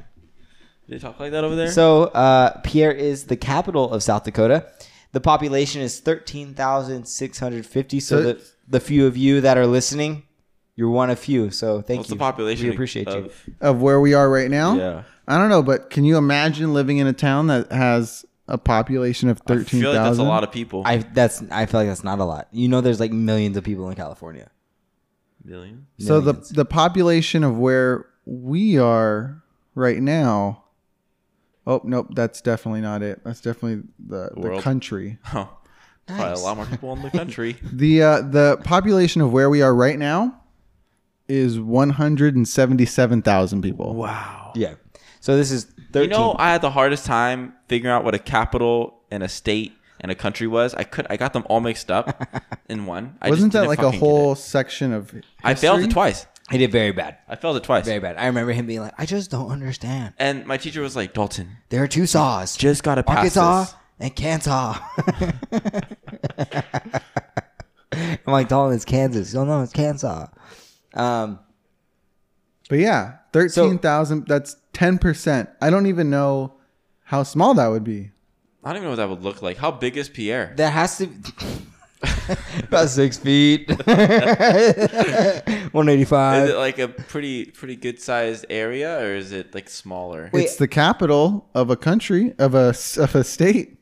[SPEAKER 1] They talk like that over there?
[SPEAKER 2] So uh, Pierre is the capital of South Dakota. The population is thirteen thousand six hundred fifty. So
[SPEAKER 3] So-
[SPEAKER 2] the the few of you that are listening, you're one of few. So thank
[SPEAKER 1] What's
[SPEAKER 2] you.
[SPEAKER 1] the population?
[SPEAKER 2] We appreciate you.
[SPEAKER 1] of-
[SPEAKER 3] of where we are right now.
[SPEAKER 1] Yeah.
[SPEAKER 3] I don't know, but can you imagine living in a town that has a population of
[SPEAKER 1] I
[SPEAKER 3] thirteen
[SPEAKER 1] feel like that's a
[SPEAKER 3] thousand?
[SPEAKER 1] lot of people.
[SPEAKER 2] I that's I feel like that's not a lot. You know, there's like millions of people in California.
[SPEAKER 1] Million?
[SPEAKER 3] so the
[SPEAKER 2] Millions.
[SPEAKER 3] the population of where we are right now. Oh nope, that's definitely not it. That's definitely the the
[SPEAKER 1] World.
[SPEAKER 3] country.
[SPEAKER 1] Huh. Probably a lot more people in the country.
[SPEAKER 3] The uh, the population of where we are right now is one hundred and seventy seven thousand people.
[SPEAKER 1] wow.
[SPEAKER 2] yeah. So this is thirteen.
[SPEAKER 1] Oh. You know, I had the hardest time figuring out what a capital and a state and a country was. I could I got them all mixed up in one. I just
[SPEAKER 3] Wasn't that
[SPEAKER 1] didn't
[SPEAKER 3] like a
[SPEAKER 1] fucking get
[SPEAKER 3] whole
[SPEAKER 1] it.
[SPEAKER 3] section of? History?
[SPEAKER 1] I failed it twice.
[SPEAKER 2] he did very bad,
[SPEAKER 1] I failed it twice.
[SPEAKER 2] very bad. I remember him being like, "I just don't understand.
[SPEAKER 1] And my teacher was like, "Dalton,
[SPEAKER 2] There are two saws,
[SPEAKER 1] just gotta pass
[SPEAKER 2] Arkansas
[SPEAKER 1] this."
[SPEAKER 2] and Kansas." I'm like, Dalton, it's Kansas. No, no, it's Kansas. Um,
[SPEAKER 3] But yeah, thirteen thousand. that's ten percent. I don't even know how small that would be.
[SPEAKER 1] I don't even know what that would look like. How big is Pierre?
[SPEAKER 2] that has to about six feet, one
[SPEAKER 3] Uh,
[SPEAKER 1] Is it
[SPEAKER 2] eighty-five.
[SPEAKER 1] like a pretty pretty good sized area, or is it like smaller?
[SPEAKER 2] Wait.
[SPEAKER 3] It's the capital of a country of a s- of a state.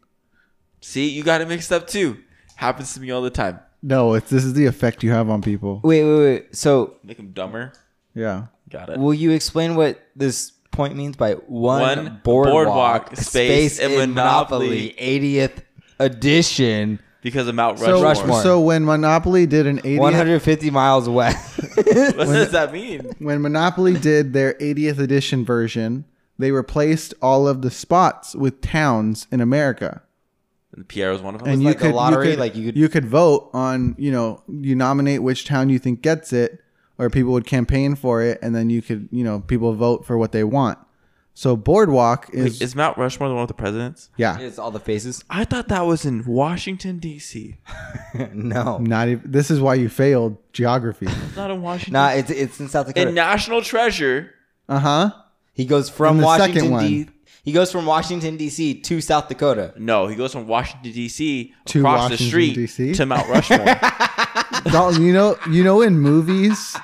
[SPEAKER 1] See, you got it mixed up too. Happens to me all the time.
[SPEAKER 3] No, it's this is the effect you have on people.
[SPEAKER 2] Wait, wait, wait. So,
[SPEAKER 1] Make them dumber.
[SPEAKER 3] Yeah.
[SPEAKER 1] Got it.
[SPEAKER 2] will you explain what this point means by one,
[SPEAKER 1] One
[SPEAKER 2] boardwalk,
[SPEAKER 1] boardwalk space in Monopoly.
[SPEAKER 2] eightieth edition?
[SPEAKER 1] Because of Mount Rushmore.
[SPEAKER 3] So,
[SPEAKER 2] Rushmore.
[SPEAKER 3] so when Monopoly did an 80th,
[SPEAKER 2] 150 miles west.
[SPEAKER 1] What does that mean?
[SPEAKER 3] when Monopoly did their 80th edition version, they replaced all of the spots with towns in America.
[SPEAKER 1] Pierre was one of them.
[SPEAKER 3] and
[SPEAKER 2] like a lottery, like you could-
[SPEAKER 3] you could vote on you know you nominate which town you think gets it or people would campaign for it and then you could you know people vote for what they want so boardwalk is,
[SPEAKER 1] is Mount Rushmore the one with the presidents?
[SPEAKER 3] yeah
[SPEAKER 2] it's all the faces.
[SPEAKER 1] I thought that was in Washington D.C.
[SPEAKER 2] no,
[SPEAKER 3] not even this is why you failed geography
[SPEAKER 1] It's not in Washington.
[SPEAKER 2] nah, it's it's in South Dakota.
[SPEAKER 1] in National Treasure.
[SPEAKER 3] uh-huh
[SPEAKER 2] he goes from
[SPEAKER 3] In the second
[SPEAKER 2] Washington D.
[SPEAKER 3] one.
[SPEAKER 2] He goes from Washington D.C. to South Dakota.
[SPEAKER 1] No, he goes from Washington D.C.
[SPEAKER 3] To
[SPEAKER 1] across
[SPEAKER 3] Washington,
[SPEAKER 1] the street
[SPEAKER 3] D.C.?
[SPEAKER 1] to Mount Rushmore.
[SPEAKER 3] Dalton, you know you know in movies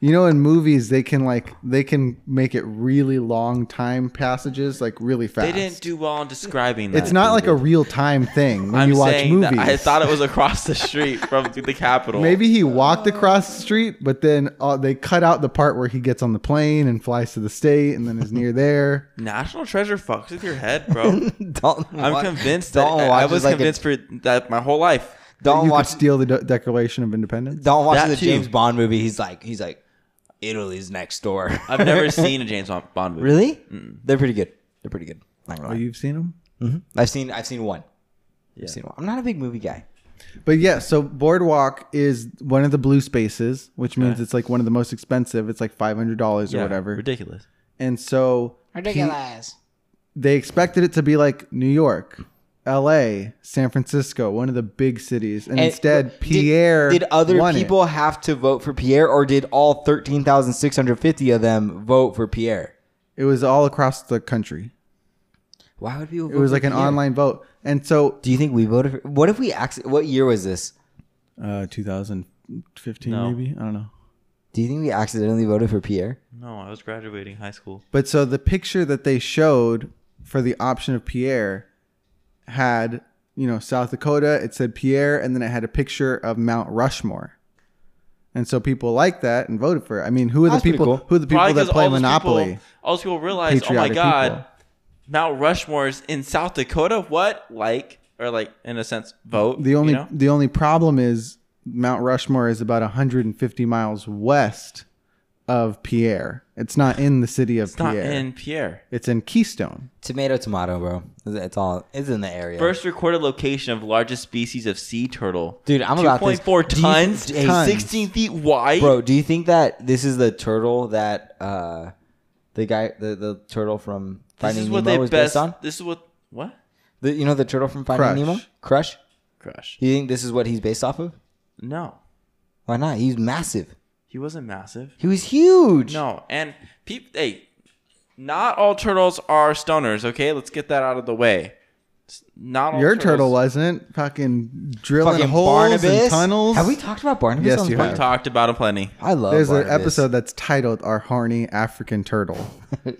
[SPEAKER 3] You know, in movies they can like they can make it really long time passages like really fast.
[SPEAKER 1] They didn't do well on describing that.
[SPEAKER 3] It's not like a real time thing when
[SPEAKER 1] I'm
[SPEAKER 3] you watch
[SPEAKER 1] saying
[SPEAKER 3] movies.
[SPEAKER 1] that I thought it was across the street from the Capitol.
[SPEAKER 3] Maybe he walked across the street, but then uh, they cut out the part where he gets on the plane and flies to the state, and then is near there.
[SPEAKER 1] National Treasure fucks with your head, bro.
[SPEAKER 2] Dalton
[SPEAKER 1] I'm
[SPEAKER 2] wa-
[SPEAKER 1] convinced that
[SPEAKER 2] Dalton
[SPEAKER 1] I, I
[SPEAKER 2] watches
[SPEAKER 1] was
[SPEAKER 2] like a-
[SPEAKER 1] convinced for that my whole life.
[SPEAKER 3] Don't
[SPEAKER 2] Dalton
[SPEAKER 3] you watch
[SPEAKER 2] watch
[SPEAKER 3] could steal the De- Declaration of Independence.
[SPEAKER 2] Dalton watches
[SPEAKER 1] That
[SPEAKER 2] the
[SPEAKER 1] too.
[SPEAKER 2] James Bond movie. He's like he's like Italy's next door.
[SPEAKER 1] I've never seen a James Bond movie.
[SPEAKER 2] Really? They're pretty good. They're pretty good. Not gonna
[SPEAKER 3] Oh,
[SPEAKER 2] lie.
[SPEAKER 3] you've seen him,
[SPEAKER 2] Mhm. I've seen I've seen one.
[SPEAKER 1] Yeah.
[SPEAKER 2] I've seen one. I'm not a big movie guy.
[SPEAKER 3] but yeah. So Boardwalk is one of the blue spaces, which means it's like one of the most expensive. It's like five hundred dollars or
[SPEAKER 1] Yeah,
[SPEAKER 3] whatever.
[SPEAKER 1] Ridiculous.
[SPEAKER 3] And so Ridiculous. they expected it to be like New York, LA, San Francisco, one of the big cities. And,
[SPEAKER 2] And
[SPEAKER 3] instead
[SPEAKER 2] did-
[SPEAKER 3] Pierre
[SPEAKER 2] did other
[SPEAKER 3] won it.
[SPEAKER 2] people have to vote for Pierre, or did all thirteen thousand six hundred fifty of them vote for Pierre?
[SPEAKER 3] It was all across the country.
[SPEAKER 2] Why would people?
[SPEAKER 3] It was like an online vote. And so
[SPEAKER 2] Do you think we voted? For, what if we act? What year was this?
[SPEAKER 3] uh 2015
[SPEAKER 1] No.
[SPEAKER 3] maybe, I don't know.
[SPEAKER 2] Do you think we accidentally voted for Pierre?
[SPEAKER 1] No, I was graduating high school.
[SPEAKER 3] But so the picture that they showed for the option of Pierre had, you know, South Dakota, it said Pierre, and then it had a picture of Mount Rushmore. And so people liked that and voted for it. I mean, who are
[SPEAKER 2] That's
[SPEAKER 3] the
[SPEAKER 2] pretty
[SPEAKER 3] people
[SPEAKER 2] cool.
[SPEAKER 3] who are the people
[SPEAKER 1] Probably
[SPEAKER 3] that
[SPEAKER 1] 'cause
[SPEAKER 3] play
[SPEAKER 1] all those
[SPEAKER 3] Monopoly?
[SPEAKER 1] People, all those people realize, oh my
[SPEAKER 3] Patriotic
[SPEAKER 1] god,
[SPEAKER 3] people.
[SPEAKER 1] Mount Rushmore's in South Dakota. What? Like, or like, in a sense, vote.
[SPEAKER 3] The only
[SPEAKER 1] you know?
[SPEAKER 3] the only problem is Mount Rushmore is about 150 miles west of Pierre. It's not in the city of
[SPEAKER 1] it's
[SPEAKER 3] Pierre.
[SPEAKER 1] not in Pierre.
[SPEAKER 3] it's in Keystone.
[SPEAKER 2] Tomato, tomato, bro. It's all. It's in the area.
[SPEAKER 1] First recorded location of largest species of sea turtle.
[SPEAKER 2] Dude, I'm about this.
[SPEAKER 1] 2.4
[SPEAKER 2] Do you-
[SPEAKER 1] tons,
[SPEAKER 2] hey,
[SPEAKER 3] Tons.
[SPEAKER 1] 16 feet wide.
[SPEAKER 2] bro. Do you think that this is the turtle that uh, the guy, the, the turtle from
[SPEAKER 1] this
[SPEAKER 2] Finding
[SPEAKER 1] is what
[SPEAKER 2] Nemo
[SPEAKER 1] they
[SPEAKER 2] was
[SPEAKER 1] best.
[SPEAKER 2] based on?
[SPEAKER 1] This is what what
[SPEAKER 2] The, you know the turtle from Finding
[SPEAKER 3] Crush.
[SPEAKER 2] Nemo, Crush.
[SPEAKER 1] crush.
[SPEAKER 2] Do you think this is what he's based off of?
[SPEAKER 1] No,
[SPEAKER 2] Why not? He's massive.
[SPEAKER 1] he wasn't massive.
[SPEAKER 2] He was huge.
[SPEAKER 1] No, and peep, hey, not all turtles are stoners. Okay, let's get that out of the way. S- Not all
[SPEAKER 3] Your
[SPEAKER 1] turtles-
[SPEAKER 3] turtle wasn't fucking drilling
[SPEAKER 2] fucking
[SPEAKER 3] holes
[SPEAKER 2] Barnabas.
[SPEAKER 3] and tunnels.
[SPEAKER 2] Have we talked about Barnabas?
[SPEAKER 3] Yes,
[SPEAKER 2] on this
[SPEAKER 3] you
[SPEAKER 2] podcast?
[SPEAKER 3] have.
[SPEAKER 1] We talked about him plenty.
[SPEAKER 2] I love.
[SPEAKER 3] There's an
[SPEAKER 2] Barnabas.
[SPEAKER 3] episode that's titled "Our Horny African Turtle."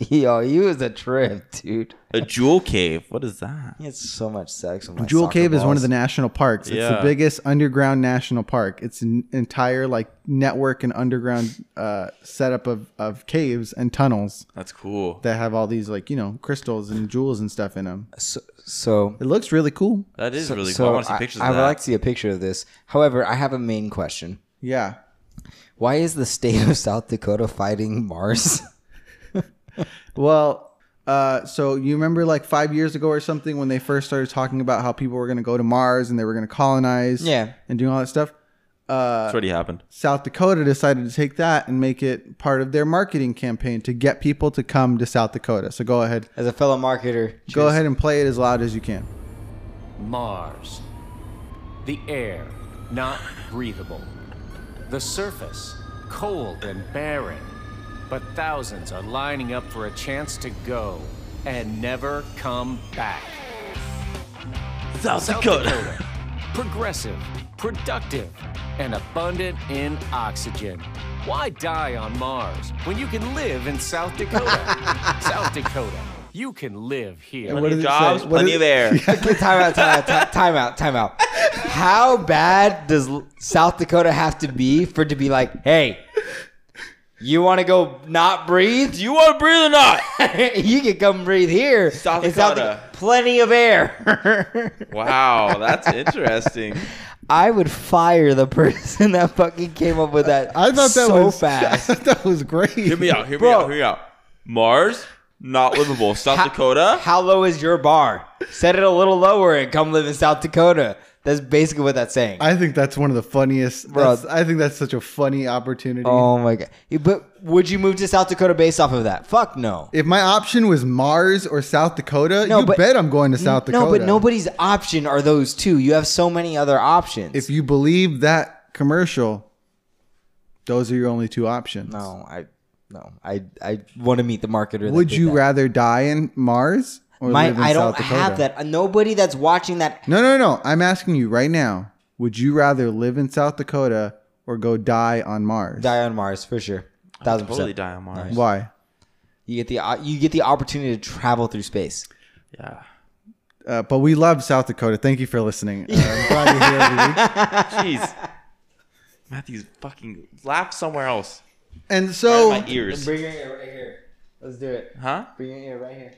[SPEAKER 2] Yo, he was a trip, dude.
[SPEAKER 1] A jewel cave. What is that?
[SPEAKER 2] He had so much sex. With my
[SPEAKER 3] Jewel
[SPEAKER 2] soccer
[SPEAKER 3] Cave is one of
[SPEAKER 2] balls.
[SPEAKER 3] the national parks. It's
[SPEAKER 1] Yeah.
[SPEAKER 3] the biggest underground national park. It's an entire like network and underground uh, setup of of caves and tunnels
[SPEAKER 1] That's cool.
[SPEAKER 3] that have all these like you know crystals and jewels and stuff in them.
[SPEAKER 2] So, so
[SPEAKER 3] It looks really cool.
[SPEAKER 1] That is
[SPEAKER 2] so-
[SPEAKER 1] really
[SPEAKER 2] so
[SPEAKER 1] cool. I want to see
[SPEAKER 2] I-
[SPEAKER 1] pictures
[SPEAKER 2] I
[SPEAKER 1] of
[SPEAKER 2] would
[SPEAKER 1] that.
[SPEAKER 2] like uh, to see a picture of this. However, I have a main question.
[SPEAKER 3] Yeah.
[SPEAKER 2] Why is the state of South Dakota fighting Mars?
[SPEAKER 3] Well, uh, so you remember like five years ago or something when they first started talking about how people were going to go to Mars and they were going to colonize
[SPEAKER 2] Yeah.
[SPEAKER 3] and do all that stuff? Uh,
[SPEAKER 1] That's already happened.
[SPEAKER 3] South Dakota decided to take that and make it part of their marketing campaign to get people to come to South Dakota. So go ahead.
[SPEAKER 2] As a fellow marketer,
[SPEAKER 3] Go
[SPEAKER 2] cheers.
[SPEAKER 3] ahead and play it as loud as you can.
[SPEAKER 5] Mars. The air, not breathable. The surface, cold and barren. But thousands are lining up for a chance to go and never come back.
[SPEAKER 1] South,
[SPEAKER 5] South
[SPEAKER 1] Dakota.
[SPEAKER 5] Dakota. Progressive, productive, and abundant in oxygen. Why die on Mars when you can live in South Dakota? South Dakota, you can live here.
[SPEAKER 3] What
[SPEAKER 1] Plenty of
[SPEAKER 3] does it
[SPEAKER 1] jobs,
[SPEAKER 3] say? What
[SPEAKER 1] plenty
[SPEAKER 3] does-
[SPEAKER 1] of air.
[SPEAKER 2] Okay, time out, time out, time, time out, time out. How bad does L- South Dakota have to be for it to be like, hey, you want to go not breathe?
[SPEAKER 1] Do you want to breathe or not?
[SPEAKER 2] you can come breathe here.
[SPEAKER 1] South
[SPEAKER 2] in
[SPEAKER 1] Dakota.
[SPEAKER 2] plenty of air.
[SPEAKER 1] wow, that's interesting.
[SPEAKER 2] I would fire the person that fucking came up with that.
[SPEAKER 3] I thought that
[SPEAKER 2] so
[SPEAKER 3] was
[SPEAKER 2] fast.
[SPEAKER 3] I thought that was great.
[SPEAKER 1] Hear me out. Hear me
[SPEAKER 2] Bro.
[SPEAKER 1] out. Hear me out. Mars, not livable. South
[SPEAKER 2] How-
[SPEAKER 1] Dakota.
[SPEAKER 2] How low is your bar? Set it a little lower and come live in South Dakota. That's basically what that's saying.
[SPEAKER 3] I think that's one of the funniest.
[SPEAKER 2] Bro.
[SPEAKER 3] that's- I think that's such a funny opportunity.
[SPEAKER 2] oh my god! But would you move to South Dakota based off of that? Fuck no.
[SPEAKER 3] If my option was Mars or South Dakota,
[SPEAKER 2] No,
[SPEAKER 3] you
[SPEAKER 2] but-
[SPEAKER 3] bet I'm going to South Dakota.
[SPEAKER 2] No, but nobody's option are those two. You have so many other options.
[SPEAKER 3] If you believe that commercial, those are your only two options.
[SPEAKER 2] no, I no, I I want to meet the marketer. that
[SPEAKER 3] Would
[SPEAKER 2] did
[SPEAKER 3] you
[SPEAKER 2] that.
[SPEAKER 3] rather die in Mars or
[SPEAKER 2] My,
[SPEAKER 3] live in
[SPEAKER 2] I don't
[SPEAKER 3] South Dakota?
[SPEAKER 2] have that. Nobody that's watching that.
[SPEAKER 3] No, no, no. I'm asking you right now. Would you rather live in South Dakota or go die on Mars?
[SPEAKER 2] Die on Mars for sure. Thousand
[SPEAKER 1] Totally
[SPEAKER 2] percent.
[SPEAKER 1] die on Mars.
[SPEAKER 3] Why?
[SPEAKER 2] You get the o- you get the opportunity to travel through space.
[SPEAKER 1] Yeah.
[SPEAKER 3] Uh, but we love South Dakota. Thank you for listening. Uh, I'm glad you're here every week.
[SPEAKER 1] Jeez. Matthew's fucking laugh somewhere else.
[SPEAKER 3] And
[SPEAKER 1] Oh,
[SPEAKER 3] so,
[SPEAKER 1] my ears.
[SPEAKER 2] Bring your ear right here. Let's do it.
[SPEAKER 1] Huh?
[SPEAKER 2] Bring your ear right here.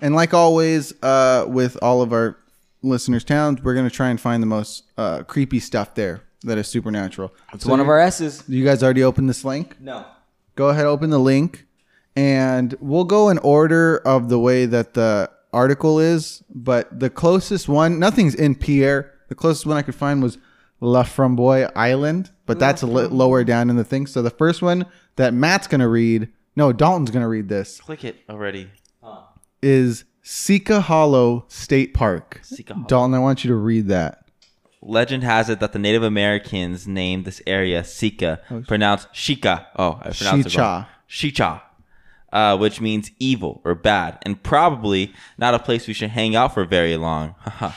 [SPEAKER 3] and like always, uh, with all of our listeners' towns, we're gonna try and find the most uh, creepy stuff there that is supernatural.
[SPEAKER 2] It's one of our S's.
[SPEAKER 3] You guys already opened this link.
[SPEAKER 2] No.
[SPEAKER 3] Go ahead, open the link, and we'll go in order of the way that the article is. But the closest one, nothing's in Pierre. The closest one I could find was La Framboy Island, but that's a li-
[SPEAKER 1] Mm-hmm.
[SPEAKER 3] lower down in the thing. So the first one that Matt's gonna read, no, Dalton's gonna read this
[SPEAKER 1] Click it already.
[SPEAKER 3] is Sika Hollow State Park.
[SPEAKER 1] Sika Hollow.
[SPEAKER 3] Dalton, I want you to read that.
[SPEAKER 1] Legend has it that the Native Americans named this area Sika, pronounced Shika. Oh, I pronounced it wrong. Shicha, uh, which means evil or bad, and probably not a place we should hang out for very long.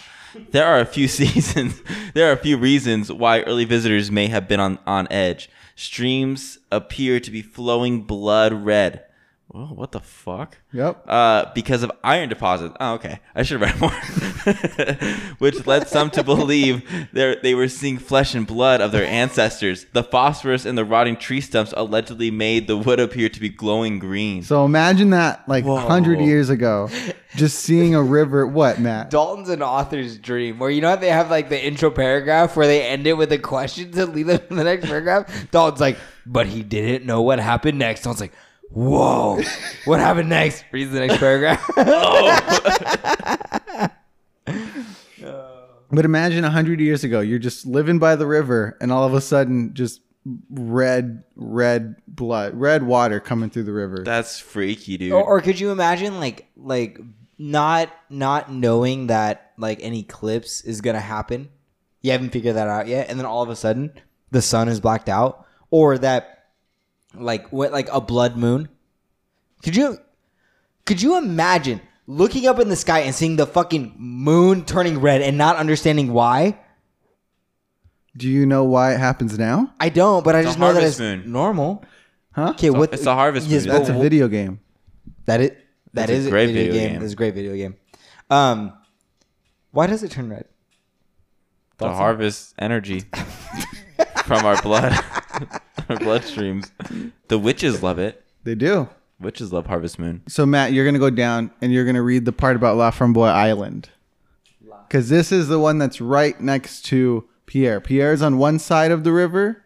[SPEAKER 1] there are a few seasons. There are a few reasons why early visitors may have been on on edge. Streams appear to be flowing blood red. Well, what the fuck?
[SPEAKER 3] Yep.
[SPEAKER 1] uh, because of iron deposits. Oh, okay. I should have read more. Which led some to believe they're- they were seeing flesh and blood of their ancestors. The phosphorus in the rotting tree stumps allegedly made the wood appear to be glowing green.
[SPEAKER 3] So imagine that like
[SPEAKER 1] Whoa.
[SPEAKER 3] 100 years ago, just seeing a river. What, Matt?
[SPEAKER 2] Dalton's an author's dream, where you know how they have like the intro paragraph where they end it with a question to lead them to the next paragraph. Dalton's like, but he didn't know what happened next. Dalton's like, whoa, what happened next? Reads the next paragraph.
[SPEAKER 3] But imagine 100 years ago, you're just living by the river and all of a sudden just red, red blood, red water coming through the river.
[SPEAKER 1] That's freaky, dude.
[SPEAKER 2] or, or could you imagine like like not not knowing that like an eclipse is gonna happen you haven't figured that out yet and then all of a sudden the sun is blacked out or that like what like a blood moon could you could you imagine looking up in the sky and seeing the fucking moon turning red and not understanding why
[SPEAKER 3] Do you know why it happens now?
[SPEAKER 2] i don't but i just know that it's
[SPEAKER 1] harvest moon.
[SPEAKER 2] normal
[SPEAKER 3] Huh?
[SPEAKER 2] okay what
[SPEAKER 1] it's a harvest
[SPEAKER 2] Yes,
[SPEAKER 1] moon.
[SPEAKER 2] but
[SPEAKER 3] That's a video game.
[SPEAKER 2] That is
[SPEAKER 1] That's
[SPEAKER 2] that
[SPEAKER 1] a
[SPEAKER 2] is a
[SPEAKER 1] great
[SPEAKER 2] video,
[SPEAKER 1] video
[SPEAKER 2] game.
[SPEAKER 1] game.
[SPEAKER 2] It's a great video game. Um, why does it turn red?
[SPEAKER 1] the harvest energy from our blood, our bloodstreams. The witches love it.
[SPEAKER 3] They do.
[SPEAKER 1] Witches love harvest moon.
[SPEAKER 3] So, Matt, you're going to go down and you're going to read the part about La Framboise Island. Because this is the one that's right next to Pierre. Pierre's on one side of the river,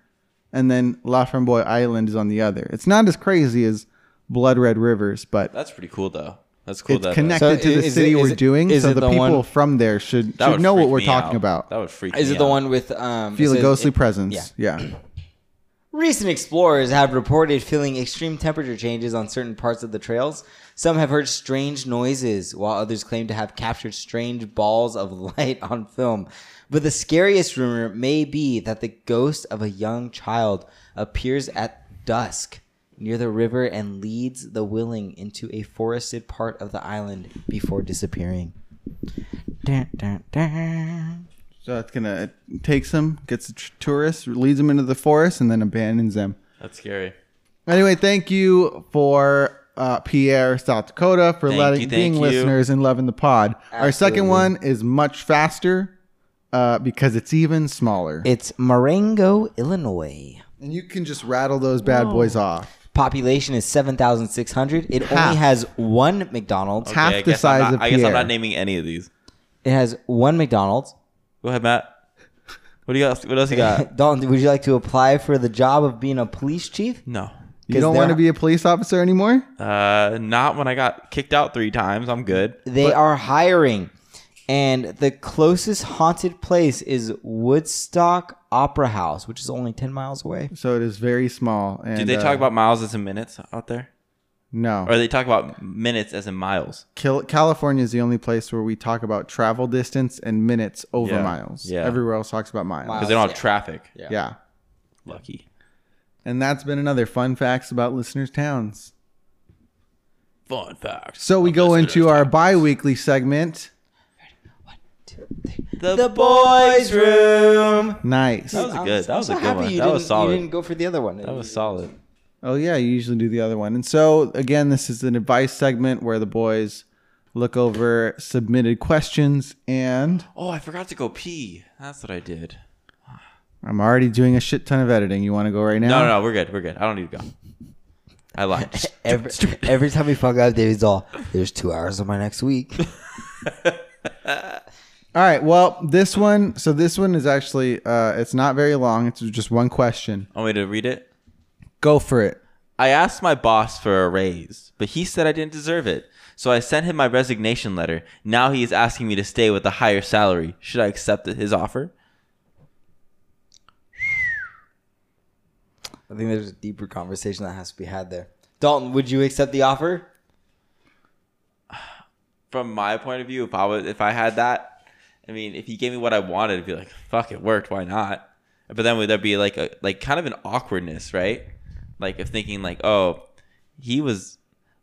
[SPEAKER 3] and then La Framboise Island is on the other. It's not as crazy as Blood Red Rivers, but
[SPEAKER 1] That's pretty cool, though. That's cool.
[SPEAKER 3] it's
[SPEAKER 1] that,
[SPEAKER 2] So
[SPEAKER 3] connected
[SPEAKER 2] i-
[SPEAKER 3] to the
[SPEAKER 2] is
[SPEAKER 3] city
[SPEAKER 2] it- is
[SPEAKER 3] we're
[SPEAKER 2] it-
[SPEAKER 3] doing,
[SPEAKER 2] is
[SPEAKER 3] so
[SPEAKER 2] it
[SPEAKER 3] the,
[SPEAKER 2] the
[SPEAKER 3] people
[SPEAKER 2] one-
[SPEAKER 3] from there should,
[SPEAKER 1] that
[SPEAKER 3] should
[SPEAKER 1] would
[SPEAKER 3] know what
[SPEAKER 1] freak
[SPEAKER 3] we're
[SPEAKER 1] me
[SPEAKER 3] talking
[SPEAKER 1] out.
[SPEAKER 3] about.
[SPEAKER 1] That would freak.
[SPEAKER 2] Is
[SPEAKER 1] me
[SPEAKER 2] it the
[SPEAKER 1] out.
[SPEAKER 2] one with um? it
[SPEAKER 3] Feel a
[SPEAKER 2] says
[SPEAKER 3] ghostly
[SPEAKER 2] it-
[SPEAKER 3] presence. Yeah.
[SPEAKER 2] Recent explorers have reported feeling extreme temperature changes on certain parts of the trails. Some have heard strange noises, while others claim to have captured strange balls of light on film. But the scariest rumor may be that the ghost of a young child appears at dusk near the river and leads the willing into a forested part of the island before disappearing. Dun, dun, dun.
[SPEAKER 3] So it's going to takes them, gets the tr- tourists, leads them into the forest, and then abandons them.
[SPEAKER 1] That's scary.
[SPEAKER 3] Anyway, thank you for uh, Pierre, South Dakota, for
[SPEAKER 1] Thank
[SPEAKER 3] letting
[SPEAKER 1] you, thank
[SPEAKER 3] being
[SPEAKER 1] you.
[SPEAKER 3] listeners and loving the pod. Our second
[SPEAKER 2] Absolutely.
[SPEAKER 3] one is much faster uh, because it's even smaller,
[SPEAKER 2] It's Marengo, Illinois.
[SPEAKER 3] and you can just rattle those bad boys off.
[SPEAKER 2] population is 7,600. It
[SPEAKER 3] Half.
[SPEAKER 2] only has one McDonald's.
[SPEAKER 3] Half
[SPEAKER 1] I
[SPEAKER 3] the
[SPEAKER 1] guess I'm
[SPEAKER 3] size
[SPEAKER 1] not-
[SPEAKER 3] of
[SPEAKER 1] I guess I'm
[SPEAKER 3] Pierre.
[SPEAKER 1] not naming any of these.
[SPEAKER 2] It has one McDonald's.
[SPEAKER 1] Go ahead, Matt. What do you else? What else you got?
[SPEAKER 2] Dalton, would you like to apply for the job of being a police chief?
[SPEAKER 1] no.
[SPEAKER 3] You
[SPEAKER 2] 'Cause
[SPEAKER 3] don't
[SPEAKER 2] they're-
[SPEAKER 3] want to be a police officer anymore.
[SPEAKER 1] Uh, not when I got kicked out three times. I'm good.
[SPEAKER 2] They are hiring. And the closest haunted place is Woodstock Opera House, which is only 10 miles away.
[SPEAKER 3] So it is very small. And,
[SPEAKER 1] Did they
[SPEAKER 3] uh,
[SPEAKER 1] talk about miles as in minutes out there,
[SPEAKER 3] no?
[SPEAKER 1] or they talk about minutes as in miles?
[SPEAKER 3] Cal- California is the only place where we talk about travel distance and minutes over
[SPEAKER 1] Yeah.
[SPEAKER 3] miles.
[SPEAKER 1] Yeah.
[SPEAKER 3] Everywhere else talks about miles.
[SPEAKER 2] Miles.
[SPEAKER 1] Because they don't have
[SPEAKER 2] Yeah.
[SPEAKER 1] traffic.
[SPEAKER 2] Yeah.
[SPEAKER 3] Yeah.
[SPEAKER 1] Lucky.
[SPEAKER 3] And that's been another fun facts about listeners' towns.
[SPEAKER 1] Fun fact.
[SPEAKER 3] So we go into our bi weekly segment.
[SPEAKER 1] The,
[SPEAKER 2] boys' room.
[SPEAKER 3] Nice.
[SPEAKER 1] That was a good. That was a good one.
[SPEAKER 2] You
[SPEAKER 1] That was
[SPEAKER 2] didn't-
[SPEAKER 1] solid.
[SPEAKER 2] You didn't go for the other one.
[SPEAKER 1] That was solid.
[SPEAKER 3] Oh yeah, you usually do the other one. And so again, this is an advice segment where the boys look over submitted questions and
[SPEAKER 1] Oh, I forgot to go pee. That's what I did.
[SPEAKER 3] I'm already doing a shit ton of editing. You want to go right now?
[SPEAKER 1] No, no, no, we're good. We're good. I don't need to go. I lied.
[SPEAKER 2] Every, every time we fuck up, David's all, there's two hours of my next week.
[SPEAKER 3] All right. Well, this one. So this one is actually uh, it's not very long. It's just one question.
[SPEAKER 1] Want me to read it?
[SPEAKER 3] Go for it.
[SPEAKER 1] I asked my boss for a raise, but he said I didn't deserve it. So I sent him my resignation letter. Now he is asking me to stay with a higher salary. Should I accept his offer?
[SPEAKER 2] I think there's a deeper conversation that has to be had there. Dalton, would you accept the offer?
[SPEAKER 1] From my point of view, if I was, if I had that, I mean, if he gave me what I wanted, it'd be like, fuck, it worked. Why not? But then would there be like a like kind of an awkwardness, right? Like if thinking like, oh, he was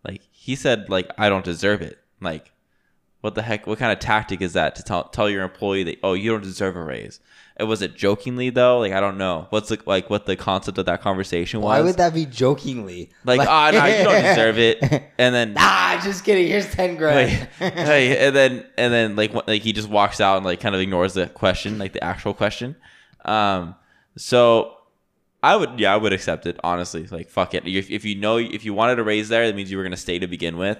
[SPEAKER 1] like he said like I don't deserve it. Like, what the heck? What kind of tactic is that to tell tell your employee that oh you don't deserve a raise? And was it jokingly though? Like I don't know. What's the, like what the concept of that conversation was?
[SPEAKER 2] Why would that be jokingly?
[SPEAKER 1] like, ah, no, you don't deserve it. And then,
[SPEAKER 2] ah, just kidding. Here's ten
[SPEAKER 1] like,
[SPEAKER 2] grand.
[SPEAKER 1] hey, and then, and then, like, wh- like he just walks out and like kind of ignores the question, like the actual question. Um, so I would, yeah, I would accept it honestly. Like, fuck it. If, if you know, if you wanted a raise there, that means you were gonna stay to begin with.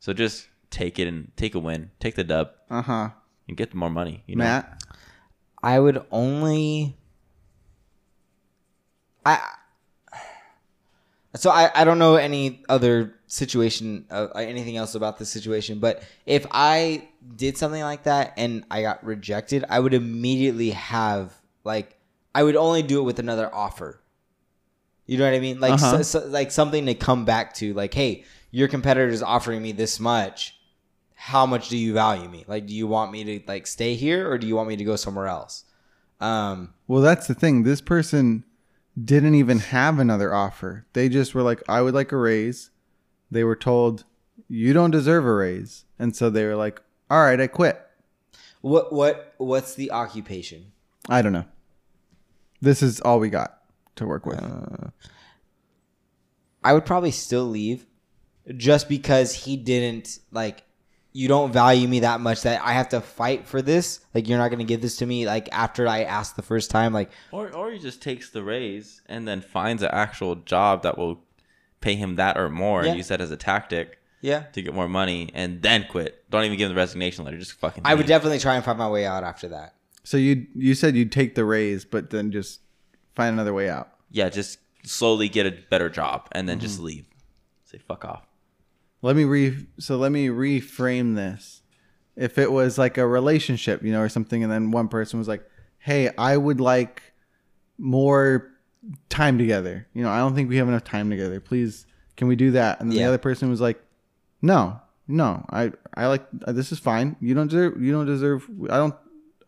[SPEAKER 1] So just take it and take a win, take the dub,
[SPEAKER 3] Uh huh.
[SPEAKER 1] and get more money. You know,
[SPEAKER 3] Matt.
[SPEAKER 2] I would only. I. So I, I don't know any other situation, uh, anything else about this situation, but if I did something like that and I got rejected, I would immediately have, like, I would only do it with another offer. You know what I mean? Like,
[SPEAKER 3] Uh-huh.
[SPEAKER 2] so, so, like something to come back to, like, hey, your competitor is offering me this much. How much do you value me? Like, do you want me to like stay here or do you want me to go somewhere else? Um,
[SPEAKER 3] Well, that's the thing. This person didn't even have another offer. They just were like, I would like a raise. They were told, you don't deserve a raise. And so they were like, all right, I quit.
[SPEAKER 2] what what what's the occupation?
[SPEAKER 3] I don't know. This is all we got to work with.
[SPEAKER 2] I would probably still leave just because he didn't like you don't value me that much that I have to fight for this. Like you're not going to give this to me like after I asked the first time like
[SPEAKER 1] or or he just takes the raise and then finds an actual job that will pay him that or more,
[SPEAKER 2] Yeah.
[SPEAKER 1] and use that as a tactic.
[SPEAKER 2] yeah.
[SPEAKER 1] to get more money and then quit. Don't even give him the resignation letter. Just fucking.
[SPEAKER 2] I would
[SPEAKER 1] leave.
[SPEAKER 2] definitely try and find my way out after that.
[SPEAKER 3] So you you said you'd take the raise, but then just find another way out.
[SPEAKER 1] yeah, just slowly get a better job and then
[SPEAKER 2] Mm-hmm.
[SPEAKER 1] just leave. Say fuck off.
[SPEAKER 3] Let me re so let me reframe this. If it was like a relationship, you know, or something, and then one person was like, "Hey, I would like more time together. You know, I don't think we have enough time together. Please, can we do that?" And then
[SPEAKER 2] Yeah.
[SPEAKER 3] the other person was like, "No, no, I I like uh, this is fine. You don't deserve. You don't deserve. I don't.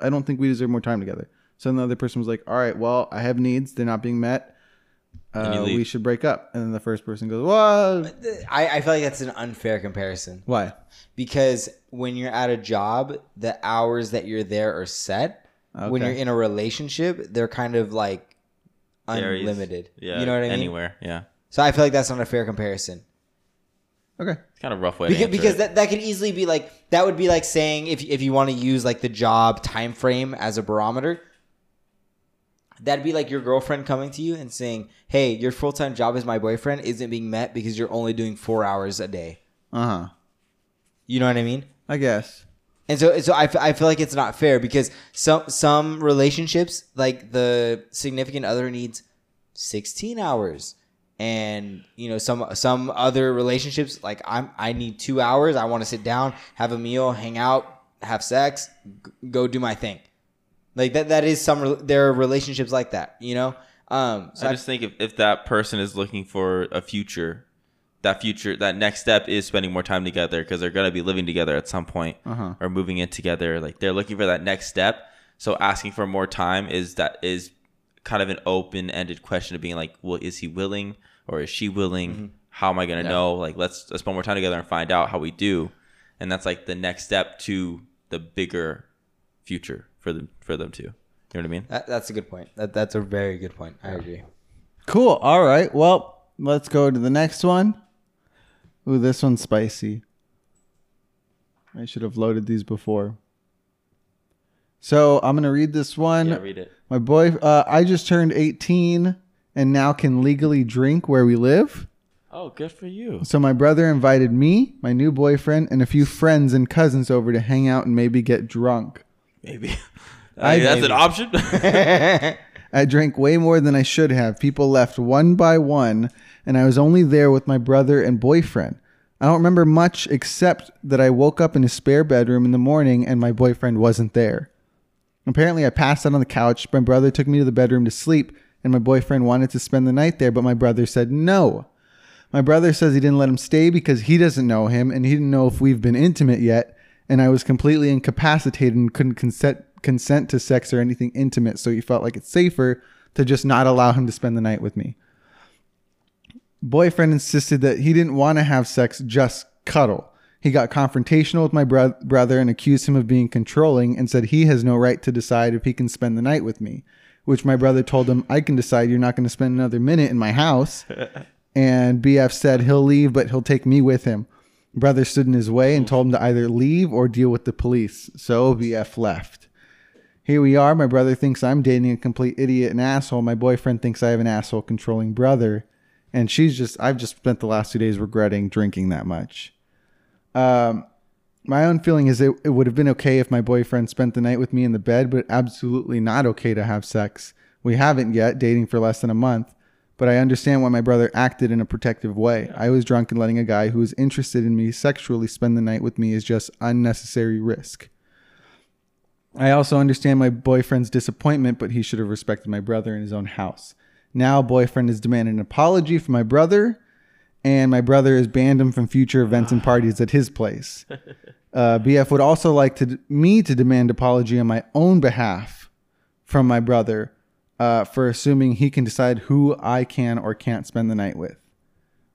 [SPEAKER 3] I don't think we deserve more time together." So then the other person was like, "All right, well, I have needs. They're not being met.
[SPEAKER 1] And you
[SPEAKER 3] Uh,
[SPEAKER 1] leave.
[SPEAKER 3] we should break up." And then the first person goes, "What?
[SPEAKER 2] I, I feel like that's an unfair comparison
[SPEAKER 3] Why?"
[SPEAKER 2] because when you're at a job, the hours that you're there are set. When
[SPEAKER 3] Okay.
[SPEAKER 2] you're in a relationship, they're kind of like
[SPEAKER 1] Varies.
[SPEAKER 2] unlimited.
[SPEAKER 1] Yeah.
[SPEAKER 2] you know what I mean?
[SPEAKER 1] Anywhere. Yeah.
[SPEAKER 2] So I feel like that's not a fair comparison.
[SPEAKER 3] Okay.
[SPEAKER 1] It's kind of a rough way. to
[SPEAKER 2] Because,
[SPEAKER 1] answer
[SPEAKER 2] because
[SPEAKER 1] it.
[SPEAKER 2] that, that could easily be like that would be like saying if if you want to use like the job time frame as a barometer, that'd be like your girlfriend coming to you and saying, "Hey, your full time job as my boyfriend isn't being met because you're only doing four hours a day."
[SPEAKER 3] Uh huh.
[SPEAKER 2] You know what I mean?
[SPEAKER 3] I guess.
[SPEAKER 2] And so, so I, f- I feel like it's not fair because some some relationships like the significant other needs 16 hours and you know some some other relationships like I'm I need 2 hours I want to sit down have a meal hang out have sex g- go do my thing like that that is some re- there are relationships like that you know um so
[SPEAKER 1] I
[SPEAKER 2] I-
[SPEAKER 1] just think if, if that person is looking for a future, that future, that next step is spending more time together because they're gonna be living together at some point
[SPEAKER 3] Uh-huh.
[SPEAKER 1] or moving in together. Like they're looking for that next step. So asking for more time is that is kind of an open ended question of being like, well, is he willing or is she willing? How am I gonna know? Like let's, let's spend more time together and find out how we do. And that's like the next step to the bigger future for them for them too. You know what I mean?
[SPEAKER 2] that, that's a good point that that's a very good point I agree
[SPEAKER 3] Cool. All right. Well, Let's go to the next one. Ooh, this one's spicy. I should have loaded these before. So I'm gonna read this one.
[SPEAKER 1] Yeah, read it.
[SPEAKER 3] My boy, uh, I just turned 18 and now can legally drink where we live.
[SPEAKER 1] Oh, good for you.
[SPEAKER 3] So my brother invited me, my new boyfriend, and a few friends and cousins over to hang out and maybe get drunk.
[SPEAKER 1] Maybe. Hey, that's an option.
[SPEAKER 3] I drank way more than I should have. People left one by one, and I was only there with my brother and boyfriend. I don't remember much except that I woke up in his spare bedroom in the morning and my boyfriend wasn't there. Apparently, I passed out on the couch. My brother took me to the bedroom to sleep, and my boyfriend wanted to spend the night there, but my brother said no. My brother says he didn't let him stay because he doesn't know him and he didn't know if we've been intimate yet. And I was completely incapacitated and couldn't consent consent to sex or anything intimate, so he felt like it's safer to just not allow him to spend the night with me. Boyfriend insisted that he didn't want to have sex, just cuddle. He got confrontational with my bro- brother and accused him of being controlling and said he has no right to decide if he can spend the night with me. Which my brother told him, I can decide you're not going to spend another minute in my house and BF said he'll leave, but he'll take me with him. Brother stood in his way and told him to either leave or deal with the police. So BF left. Here we are. My brother thinks I'm dating a complete idiot and asshole. My boyfriend thinks I have an asshole controlling brother. And she's just, I've just spent the last two days regretting drinking that much. Um, my own feeling is it, it would have been okay if my boyfriend spent the night with me in the bed, but absolutely not okay to have sex. We haven't yet, dating for less than a month but I understand why my brother acted in a protective way. I was drunk and letting a guy who was interested in me sexually spend the night with me is just unnecessary risk. I also understand my boyfriend's disappointment, but he should have respected my brother in his own house. Now, boyfriend is demanding an apology from my brother, and my brother has banned him from future events and parties at his place. Uh, BF would also like to me to demand apology on my own behalf from my brother uh, for assuming he can decide who I can or can't spend the night with.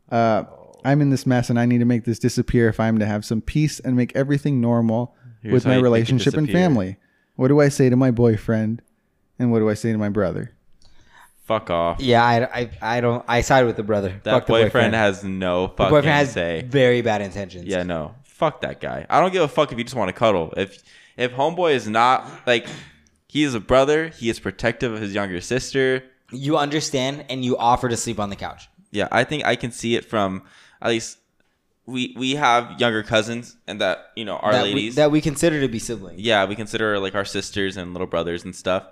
[SPEAKER 3] Uh, I'm in this mess and I need to make this disappear if I'm to have some peace and make everything normal
[SPEAKER 1] Here's
[SPEAKER 3] with
[SPEAKER 1] how
[SPEAKER 3] my
[SPEAKER 1] you make it
[SPEAKER 3] relationship and
[SPEAKER 1] disappear.
[SPEAKER 3] family. What do I say to my boyfriend and what do I say to my brother?
[SPEAKER 1] Fuck off.
[SPEAKER 2] Yeah, I, I, I don't. I side with the brother.
[SPEAKER 1] That
[SPEAKER 2] Fuck the
[SPEAKER 1] boyfriend, has no
[SPEAKER 2] The
[SPEAKER 1] fucking
[SPEAKER 2] boyfriend has
[SPEAKER 1] say.
[SPEAKER 2] very bad intentions.
[SPEAKER 1] Yeah, no. Fuck that guy. I don't give a fuck if you just want to cuddle. If if homeboy is not like he is a brother, he is protective of his younger sister.
[SPEAKER 2] you understand, and you offer to sleep on the couch.
[SPEAKER 1] Yeah, I think I can see it from at least we we have younger cousins and that you know our
[SPEAKER 2] that
[SPEAKER 1] ladies.
[SPEAKER 2] we, that we consider to be siblings.
[SPEAKER 1] yeah, we consider like our sisters and little brothers and stuff,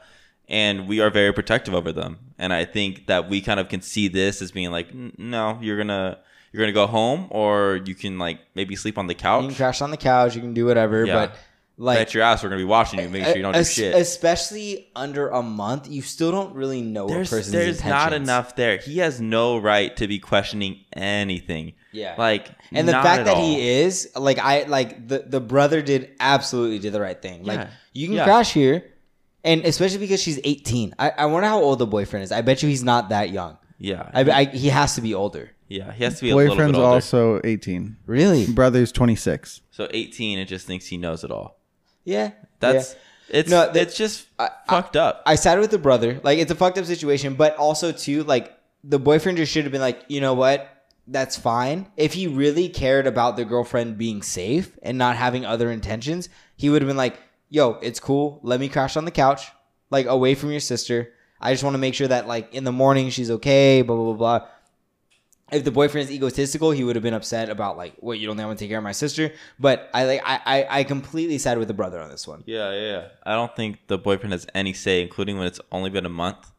[SPEAKER 1] and we are very protective over them. And I think that we kind of can see this as being like, "N- no, you're gonna you're gonna go home, or you can like maybe sleep on the
[SPEAKER 2] You can
[SPEAKER 1] couch.
[SPEAKER 2] crash on the couch. You can do whatever,
[SPEAKER 1] Yeah.
[SPEAKER 2] but like e-
[SPEAKER 1] Bet your ass we're gonna be watching you, making sure you don't
[SPEAKER 2] es-
[SPEAKER 1] do shit.
[SPEAKER 2] Especially under a month, you still don't really know
[SPEAKER 1] there's
[SPEAKER 2] a person's
[SPEAKER 1] there's not
[SPEAKER 2] intentions.
[SPEAKER 1] enough there. He has no right to be questioning anything.
[SPEAKER 2] Yeah.
[SPEAKER 1] like
[SPEAKER 2] And the
[SPEAKER 1] not
[SPEAKER 2] fact
[SPEAKER 1] at
[SPEAKER 2] that
[SPEAKER 1] all.
[SPEAKER 2] he is like I like the the brother did absolutely did the right thing. Like
[SPEAKER 1] Yeah.
[SPEAKER 2] you can
[SPEAKER 1] Yeah.
[SPEAKER 2] crash here, and especially because she's 18. I, I wonder how old the boyfriend is. I bet you he's not that young.
[SPEAKER 1] yeah,
[SPEAKER 2] I, I he has to be older.
[SPEAKER 1] yeah, he has to be a little bit
[SPEAKER 3] Boyfriend's
[SPEAKER 1] older.
[SPEAKER 3] also 18,
[SPEAKER 2] Really?
[SPEAKER 3] brother's 26.
[SPEAKER 1] so 18 and just thinks he knows it all.
[SPEAKER 2] Yeah.
[SPEAKER 1] That's
[SPEAKER 2] yeah.
[SPEAKER 1] it's
[SPEAKER 2] No, that-
[SPEAKER 1] it's just
[SPEAKER 2] I-
[SPEAKER 1] fucked up.
[SPEAKER 2] I sided with the brother. Like it's a fucked up situation, but also too like the boyfriend just should have been like, you know what? That's fine. If he really cared about the girlfriend being safe and not having other intentions, he would have been like, "Yo, it's cool. Let me crash on the couch, like away from your sister. I just want to make sure that like in the morning she's okay." Blah blah blah blah. If the boyfriend is egotistical, he would have been upset about like, "What you don't think I'm gonna take care of my sister?" But I like I I, I completely sided with the brother on this one.
[SPEAKER 1] Yeah, yeah, yeah. I don't think the boyfriend has any say, including when it's only been a month.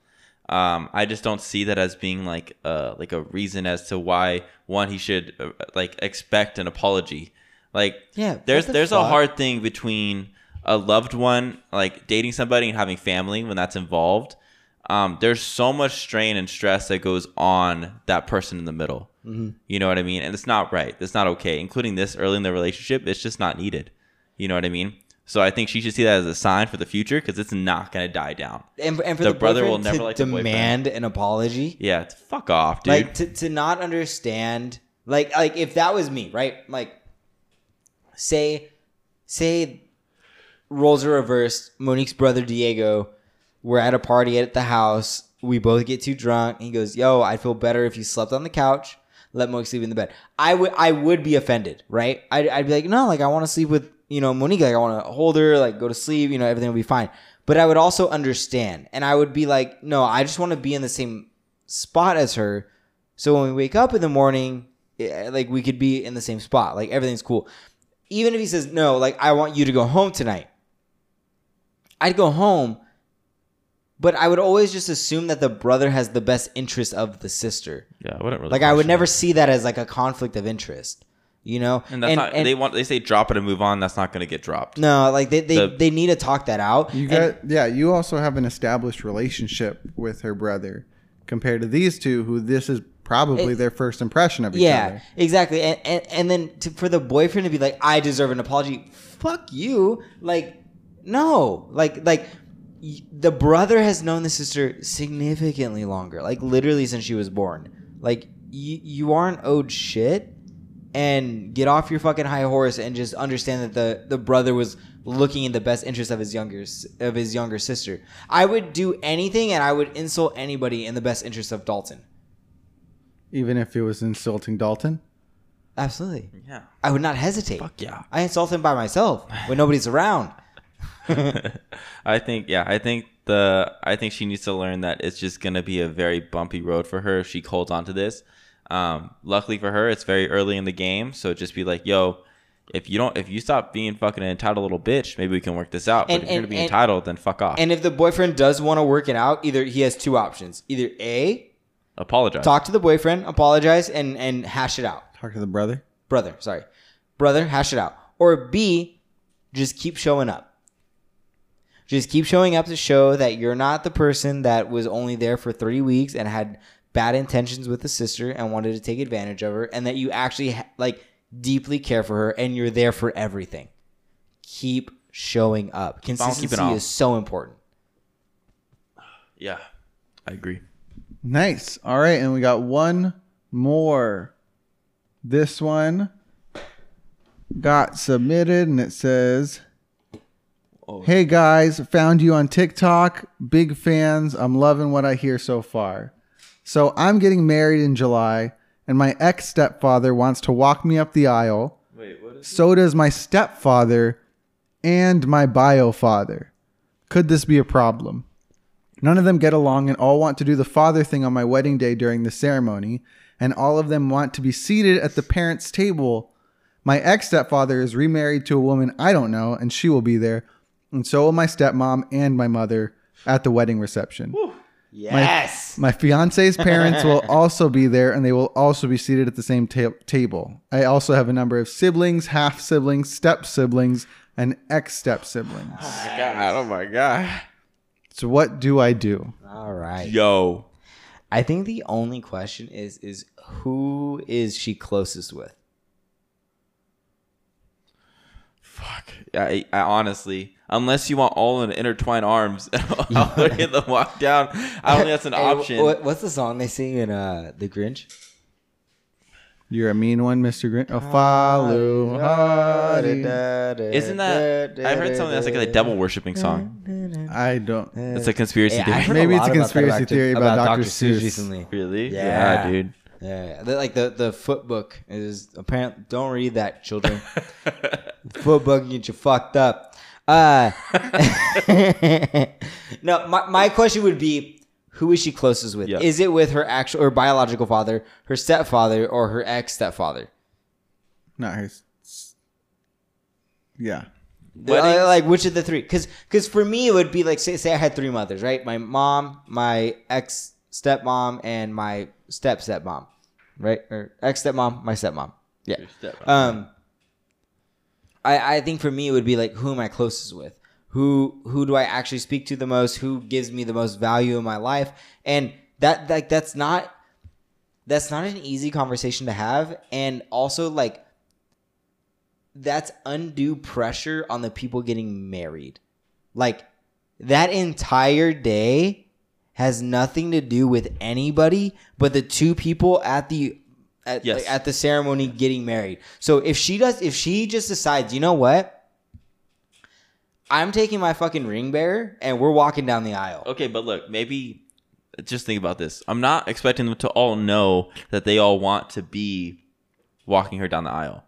[SPEAKER 1] Um, I just don't see that as being like uh like a reason as to why one he should uh, like expect an apology. Like
[SPEAKER 2] Yeah, what
[SPEAKER 1] there's
[SPEAKER 2] the
[SPEAKER 1] there's a
[SPEAKER 2] fuck?
[SPEAKER 1] hard thing between a loved one like dating somebody and having family when that's involved. Um, there's so much strain and stress that goes on that person in the middle.
[SPEAKER 2] Mm-hmm.
[SPEAKER 1] You know what I mean? And it's not right. It's not okay. Including this early in the relationship, it's just not needed. You know what I mean? So I think she should see that as a sign for the future because it's not gonna die down.
[SPEAKER 2] and, and for the,
[SPEAKER 1] The brother will
[SPEAKER 2] boyfriend
[SPEAKER 1] never
[SPEAKER 2] to
[SPEAKER 1] like the boyfriend.
[SPEAKER 2] demand an apology
[SPEAKER 1] Yeah, it's- fuck off, dude.
[SPEAKER 2] like to, to not understand like like if that was me right like say say roles are reversed monique's brother diego we're at a party at the house We both get too drunk. He goes, "Yo, I'd feel better if you slept on the couch. Let Moik sleep in the bed." I would, I would be offended, right? I'd, I'd be like, "No, like I want to sleep with you know Monique. Like I want to hold her, like go to sleep. You know, everything will be fine." But I would also understand, and I would be like, "No, I just want to be in the same spot as her, so when we wake up in the morning, eh, like we could be in the same spot. Like everything's cool." Even if he says no, like I want you to go home tonight. I'd go home, but I would always just assume that the brother has the best interest of the sister.
[SPEAKER 1] Yeah, I wouldn't really.
[SPEAKER 2] Like I would
[SPEAKER 1] question
[SPEAKER 2] never
[SPEAKER 1] it.
[SPEAKER 2] see that as like a conflict of interest, you know.
[SPEAKER 1] And that's not. they want. They say drop it and move on. That's not going to get dropped.
[SPEAKER 2] no, like they they,
[SPEAKER 1] the-
[SPEAKER 2] they need to talk that out.
[SPEAKER 3] You
[SPEAKER 2] And-
[SPEAKER 3] got yeah. You also have an established relationship with her brother compared to these two, who this is probably
[SPEAKER 2] It-
[SPEAKER 3] their first impression of each
[SPEAKER 2] yeah,
[SPEAKER 3] other.
[SPEAKER 2] exactly. And and, and then to, for the boyfriend to be like, I deserve an apology. Fuck you. Like, no. Like like y- the brother has known the sister significantly longer. Like literally since she was born. Like you you aren't owed shit. And get off your fucking high horse and just understand that the, the brother was looking in the best interest of his younger s- of his younger sister. I would do anything and I would insult anybody in the best interest of Dalton.
[SPEAKER 3] Even if it was insulting Dalton,
[SPEAKER 2] Absolutely.
[SPEAKER 1] Yeah.
[SPEAKER 2] I would not hesitate.
[SPEAKER 1] Fuck yeah.
[SPEAKER 2] I insult him by myself when nobody's around.
[SPEAKER 1] I think yeah, I think the I think she needs to learn that it's just gonna be a very bumpy road for her if she holds on to this. Um, luckily for her, it's very early in the game, so just be like, yo, if you don't if you stop being fucking an entitled little bitch, maybe we can work this out. but if
[SPEAKER 2] And-
[SPEAKER 1] you're
[SPEAKER 2] and-
[SPEAKER 1] gonna be
[SPEAKER 2] and-
[SPEAKER 1] entitled, then fuck off.
[SPEAKER 2] And if the boyfriend does want to work it out, either he has two options. Either A,
[SPEAKER 1] Apologize.
[SPEAKER 2] talk to the boyfriend, apologize, and and hash it out.
[SPEAKER 3] talk to the brother.
[SPEAKER 2] Brother, sorry. Brother, hash it out. Or B, just keep showing up. Just keep showing up to show that you're not the person that was only there for three weeks and had bad intentions with the sister and wanted to take advantage of her, and that you actually ha- like deeply care for her and you're there for everything. Keep showing up.
[SPEAKER 1] on keeping
[SPEAKER 2] Consistency
[SPEAKER 1] on.
[SPEAKER 2] is so important.
[SPEAKER 1] yeah. I agree.
[SPEAKER 3] Nice. All right, and we got one more. This one got submitted, and it says, "Hey guys, found you on TikTok. Big fans. I'm loving what I hear so far. So I'm getting married in July, and my ex stepfather wants to walk me up the aisle.
[SPEAKER 1] Wait, what is
[SPEAKER 3] So does my stepfather and my bio father. Could this be a problem? None of them get along and all want to do the father thing on my wedding day during the ceremony, and all of them want to be seated at the parents' table. My ex stepfather is remarried to a woman I don't know, and she will be there, and so will my stepmom and my mother at the wedding reception.
[SPEAKER 2] Yes.
[SPEAKER 3] My fiance's parents will also be there, and they will also be seated at the same ta- table. I also have a number of siblings, half siblings, step siblings, and ex step siblings.
[SPEAKER 1] God, oh my god.
[SPEAKER 3] So what do I do?
[SPEAKER 2] All right.
[SPEAKER 1] Yo.
[SPEAKER 2] I think the only question is is who is she closest with?
[SPEAKER 1] Fuck. I, I honestly, unless you want all in intertwined arms, I'll look at them walk down. I don't think that's an
[SPEAKER 2] Hey, wh-
[SPEAKER 1] option.
[SPEAKER 2] What, what's the song they sing in uh, The Grinch?
[SPEAKER 3] You're a mean one, Mr. Green. A follow. hardy.
[SPEAKER 1] Isn't that? I heard something that's like a devil worshipping song.
[SPEAKER 3] I don't.
[SPEAKER 1] It's a conspiracy
[SPEAKER 2] Hey, I heard
[SPEAKER 1] theory.
[SPEAKER 3] Maybe it's
[SPEAKER 2] lot
[SPEAKER 3] a
[SPEAKER 2] about that
[SPEAKER 3] conspiracy theory about Dr. Seuss.
[SPEAKER 2] recently.
[SPEAKER 1] Really?
[SPEAKER 2] Yeah.
[SPEAKER 1] dude.
[SPEAKER 2] Yeah, the- like the the foot book is apparently don't read that, children. foot book gets you fucked up. Uh, no, my my question would be, who is she closest with?
[SPEAKER 1] Yeah.
[SPEAKER 2] Is it with her actual or biological father, her stepfather, or her ex stepfather?
[SPEAKER 3] Not her. s- Yeah.
[SPEAKER 1] Weddings?
[SPEAKER 2] Uh, like which of the three? Because for me it would be like say say I had three mothers, right? My mom, my ex stepmom, and my step stepmom, right? Or ex stepmom, my stepmom. Yeah.
[SPEAKER 1] Uh,
[SPEAKER 2] Um, I I think for me it would be like who am I closest with? Who who do I actually speak to the most? Who gives me the most value in my life? And that like that's not that's not an easy conversation to have, and also like that's undue pressure on the people getting married. Like that entire day has nothing to do with anybody but the two people at the at,
[SPEAKER 1] Yes.
[SPEAKER 2] like, at the ceremony getting married. So if she does if she just decides, you know what? I'm taking my fucking ring bearer and we're walking down the aisle.
[SPEAKER 1] Okay, but look, maybe just think about this. I'm not expecting them to all know that they all want to be walking her down the aisle.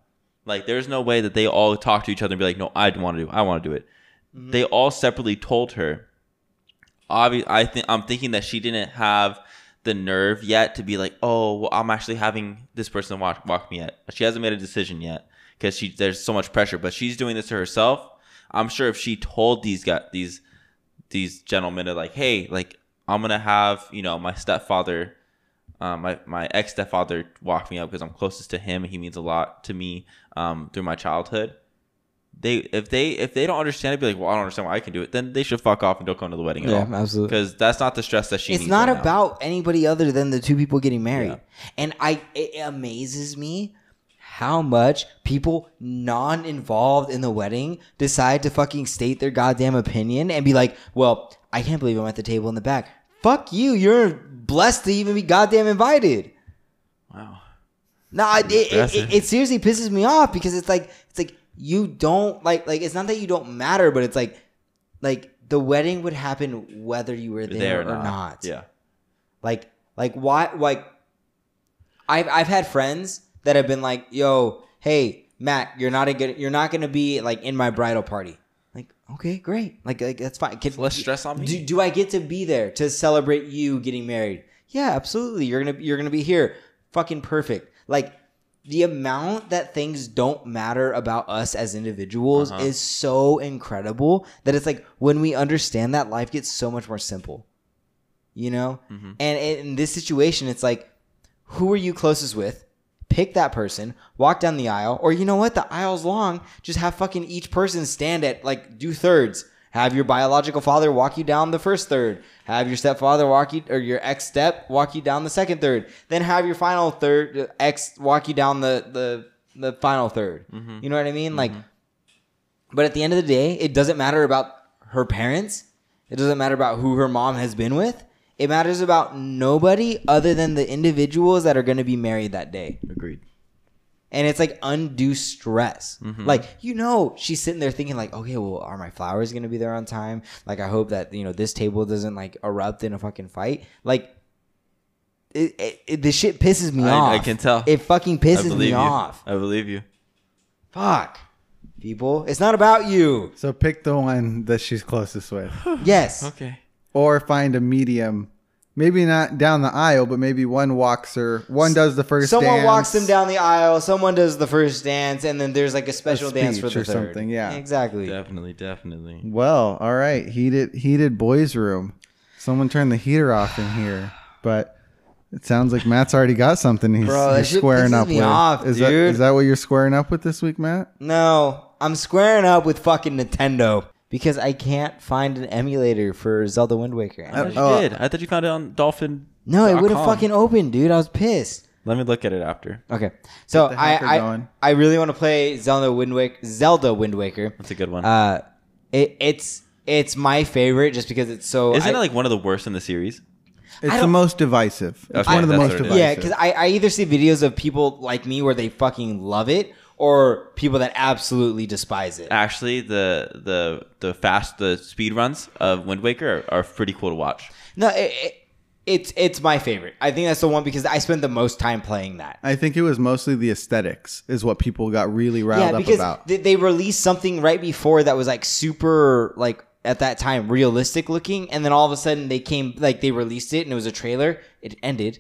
[SPEAKER 1] Like, there's no way that they all talk to each other and be like, "No, I want to do. I want to do it."
[SPEAKER 2] Mm-hmm.
[SPEAKER 1] They all separately told her. Obvi- I think I'm thinking that she didn't have the nerve yet to be like, "Oh, well, I'm actually having this person walk walk me yet." She hasn't made a decision yet because she there's so much pressure. But she's doing this to herself. I'm sure if she told these guys these these gentlemen are like, hey, like I'm gonna have you know my stepfather, um, my my ex stepfather walk me up because I'm closest to him and he means a lot to me um, through my childhood. They if they if they don't understand it, be like, well, I don't understand why I can do it. Then they should fuck off and don't come to the wedding
[SPEAKER 2] Yeah,
[SPEAKER 1] at all.
[SPEAKER 2] absolutely.
[SPEAKER 1] Because that's not the stress that she.
[SPEAKER 2] it's
[SPEAKER 1] needs
[SPEAKER 2] not
[SPEAKER 1] right now.
[SPEAKER 2] about anybody other than the two people getting married
[SPEAKER 1] Yeah.
[SPEAKER 2] and i it amazes me how much people non-involved in the wedding decide to fucking state their goddamn opinion and be like well i can't believe i'm at the table in the back fuck you you're blessed to even be goddamn invited
[SPEAKER 1] Wow.
[SPEAKER 2] no, I- it, it,
[SPEAKER 1] Aggressive.
[SPEAKER 2] it, it seriously pisses me off because it's like it's like you don't like like it's not that you don't matter, but it's like like the wedding would happen whether you were there,
[SPEAKER 1] There
[SPEAKER 2] or not.
[SPEAKER 1] Yeah.
[SPEAKER 2] Like like why like I've I've had friends that have been like, yo, hey, Matt, you're not a good you're not gonna be like in my bridal party. Like, okay, great. Like, like that's fine. Can,
[SPEAKER 1] less stress on me.
[SPEAKER 2] Do, do I get to be there to celebrate you getting married? Yeah, absolutely. You're gonna you're gonna be here. Fucking perfect. Like the amount that things don't matter about us as individuals
[SPEAKER 1] Uh-huh.
[SPEAKER 2] is so incredible that it's like when we understand that life gets so much more simple. You know?
[SPEAKER 1] Mhm.
[SPEAKER 2] And in this situation, it's like, who are you closest with? Pick that person, walk down the aisle, or you know what? The aisle's long. Just have fucking each person stand at like do thirds. Have your biological father walk you down the first third. Have your stepfather walk you, or your ex step walk you down the second third. Then have your final third uh, ex walk you down the the the final 3rd You know what I mean? Like, but at the end of the day, it doesn't matter about her parents. It doesn't matter about who her mom has been with. It matters about nobody other than the individuals that are going to be married that day.
[SPEAKER 1] Agreed.
[SPEAKER 2] And it's like undue stress.
[SPEAKER 1] Mm-hmm.
[SPEAKER 2] Like, you know, she's sitting there thinking, like, okay, well, are my flowers going to be there on time? Like, I hope that, you know, this table doesn't like erupt in a fucking fight. Like, it, it, it, this shit pisses me
[SPEAKER 1] I-
[SPEAKER 2] off.
[SPEAKER 1] I can tell.
[SPEAKER 2] It fucking
[SPEAKER 1] I
[SPEAKER 2] pisses
[SPEAKER 1] believe
[SPEAKER 2] me
[SPEAKER 1] you.
[SPEAKER 2] off.
[SPEAKER 1] I believe you.
[SPEAKER 2] Fuck. People, it's not about you.
[SPEAKER 3] So pick the one that she's closest with,
[SPEAKER 2] Yes.
[SPEAKER 1] Okay.
[SPEAKER 3] or find a medium. Maybe not down the aisle, but maybe one walks her. One does the first.
[SPEAKER 2] Someone
[SPEAKER 3] dance.
[SPEAKER 2] walks them down the aisle, someone does the first dance, and then there's like a special dance for
[SPEAKER 3] speech
[SPEAKER 2] the
[SPEAKER 3] or
[SPEAKER 2] third.
[SPEAKER 3] something, yeah.
[SPEAKER 2] Exactly.
[SPEAKER 1] Definitely. Definitely.
[SPEAKER 3] Well, all right. Heated heated boys room. Someone turned the heater off in here, but it sounds like Matt's already got something he's,
[SPEAKER 2] Bro, that
[SPEAKER 3] he's
[SPEAKER 2] shit
[SPEAKER 3] squaring
[SPEAKER 2] pisses
[SPEAKER 3] up
[SPEAKER 2] me
[SPEAKER 3] with.
[SPEAKER 2] off,
[SPEAKER 3] is that
[SPEAKER 2] dude.
[SPEAKER 3] is that what you're squaring up with this week, Matt?
[SPEAKER 2] No, I'm squaring up with fucking Nintendo because I can't find an emulator for Zelda Wind Waker.
[SPEAKER 1] I thought you
[SPEAKER 3] Oh.
[SPEAKER 1] did. I thought you found it on Dolphin.
[SPEAKER 2] Uh, no, it would have
[SPEAKER 1] .com.
[SPEAKER 2] fucking opened, dude. I was pissed.
[SPEAKER 1] Let me look at it after.
[SPEAKER 2] Okay, so
[SPEAKER 3] the
[SPEAKER 2] I
[SPEAKER 3] hacker
[SPEAKER 2] I,
[SPEAKER 3] going.
[SPEAKER 2] I really want to play Zelda Wind Waker. Zelda Wind Waker.
[SPEAKER 1] That's a good one.
[SPEAKER 2] Uh, it, it's it's my favorite just because it's so.
[SPEAKER 1] Isn't
[SPEAKER 2] I-
[SPEAKER 1] it like one of the worst in the series?
[SPEAKER 3] It's the
[SPEAKER 2] don't-
[SPEAKER 3] most divisive. It's
[SPEAKER 1] Okay,
[SPEAKER 3] one of the
[SPEAKER 1] that's
[SPEAKER 3] most
[SPEAKER 1] what it
[SPEAKER 3] divisive.
[SPEAKER 1] is.
[SPEAKER 2] Yeah, because I, I either see videos of people like me where they fucking love it or people that absolutely despise
[SPEAKER 3] Ah.
[SPEAKER 2] it.
[SPEAKER 1] Actually, the the the fast the speed runs of Wind Waker are, are pretty cool to watch.
[SPEAKER 2] No, it, it, it's it's my favorite. I think that's the one because I spend the most time playing that.
[SPEAKER 3] I think it was mostly the aesthetics is what people got really riled
[SPEAKER 2] Yeah,
[SPEAKER 3] up
[SPEAKER 2] because
[SPEAKER 3] about.
[SPEAKER 2] they, they released something right before that was like super like at that time realistic looking, and then all of a sudden they came like they released it and it was a trailer. It ended,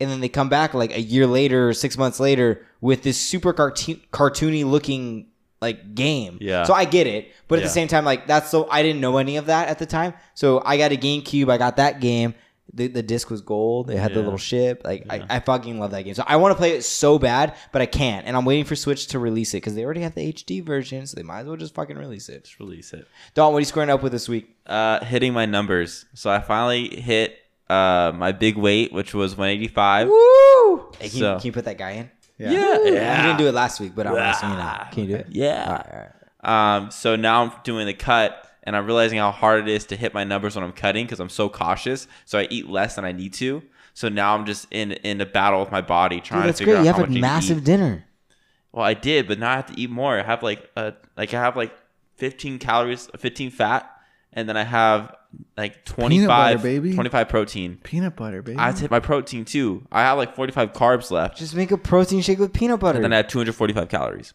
[SPEAKER 2] and then they come back like a year later or six months later with this super cartoon cartoony looking like game.
[SPEAKER 1] Yeah.
[SPEAKER 2] So I get it, but at
[SPEAKER 1] Yeah.
[SPEAKER 2] the same time, like that's so I didn't know any of that at the time. So I got a GameCube. I got that game. The, the disc was gold. It had the
[SPEAKER 1] Yeah.
[SPEAKER 2] little ship. Like I, I fucking love that game. So I want to play it so bad, but I can't. And I'm waiting for Switch to release it because they already have the HD version, so they might as well just fucking release it.
[SPEAKER 1] Just release it.
[SPEAKER 2] Don, what are you squaring up with this week?
[SPEAKER 1] Uh, hitting my numbers, so I finally hit uh my big weight, which was 185.
[SPEAKER 2] Woo! Hey, can, you,
[SPEAKER 1] So-
[SPEAKER 2] can you put that guy in?
[SPEAKER 3] Yeah.
[SPEAKER 2] You didn't
[SPEAKER 1] yeah,
[SPEAKER 2] do it last week, but I'm asking you now. Can you do it?
[SPEAKER 1] yeah.
[SPEAKER 2] All right, all right.
[SPEAKER 1] Um, so now I'm doing the cut, and I'm realizing how hard it is to hit my numbers when I'm cutting because I'm so cautious. So I eat less than I need to. So now I'm just in in a battle with my body
[SPEAKER 2] Dude,
[SPEAKER 1] trying
[SPEAKER 2] that's
[SPEAKER 1] to figure
[SPEAKER 2] great. You
[SPEAKER 1] out how
[SPEAKER 2] have
[SPEAKER 1] much
[SPEAKER 2] a
[SPEAKER 1] I need to
[SPEAKER 2] massive
[SPEAKER 1] eat.
[SPEAKER 2] dinner.
[SPEAKER 1] Well, I did, but now I have to eat more. I have like uh like I have like 15 calories, 15 fat, and then I have like 25,
[SPEAKER 3] baby.
[SPEAKER 1] 25 protein.
[SPEAKER 3] Peanut butter, baby.
[SPEAKER 1] I had to hit my protein too. I had like 45 carbs left,
[SPEAKER 2] Just make a protein shake with peanut butter.
[SPEAKER 1] and then I had 245 calories.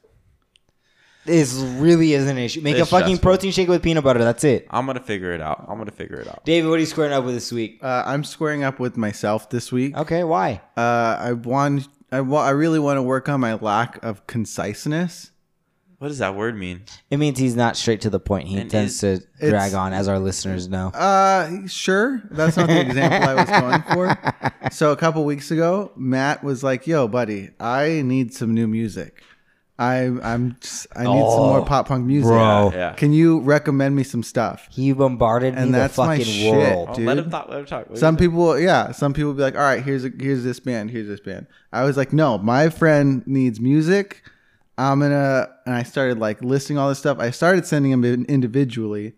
[SPEAKER 2] this really is an issue. Make a
[SPEAKER 1] It's
[SPEAKER 2] fucking
[SPEAKER 1] stressful.
[SPEAKER 2] protein shake with peanut butter. That's it.
[SPEAKER 1] I'm gonna figure it out. I'm gonna figure it out.
[SPEAKER 2] David, what are you squaring up with this week?
[SPEAKER 3] uh, I'm squaring up with myself this week.
[SPEAKER 2] Okay, why?
[SPEAKER 3] Uh, I want, I wa- I really want to work on my lack of conciseness.
[SPEAKER 1] What does that word mean?
[SPEAKER 2] It means he's not straight to the point. He
[SPEAKER 1] And
[SPEAKER 2] tends
[SPEAKER 1] is-
[SPEAKER 2] to drag
[SPEAKER 3] it's-
[SPEAKER 2] on, as our listeners know.
[SPEAKER 3] Uh, sure. That's not the example I was going for. So a couple weeks ago, Matt was like, "Yo, buddy, I need some new music. I I'm just, I need some more pop punk music.
[SPEAKER 2] bro.
[SPEAKER 1] Yeah, yeah.
[SPEAKER 3] Can you recommend me some stuff?"
[SPEAKER 2] He bombarded me
[SPEAKER 3] And
[SPEAKER 2] the
[SPEAKER 3] that's my
[SPEAKER 2] fucking
[SPEAKER 3] shit.
[SPEAKER 2] world.
[SPEAKER 1] Oh, let
[SPEAKER 3] dude.
[SPEAKER 1] him talk. Let him talk. What
[SPEAKER 3] Some
[SPEAKER 1] do you
[SPEAKER 3] people, yeah, some people be like, "All right, here's a, here's this band, here's this band." I was like, "No, my friend needs music. I'm gonna." And I started like listing all this stuff. I started sending them in individually,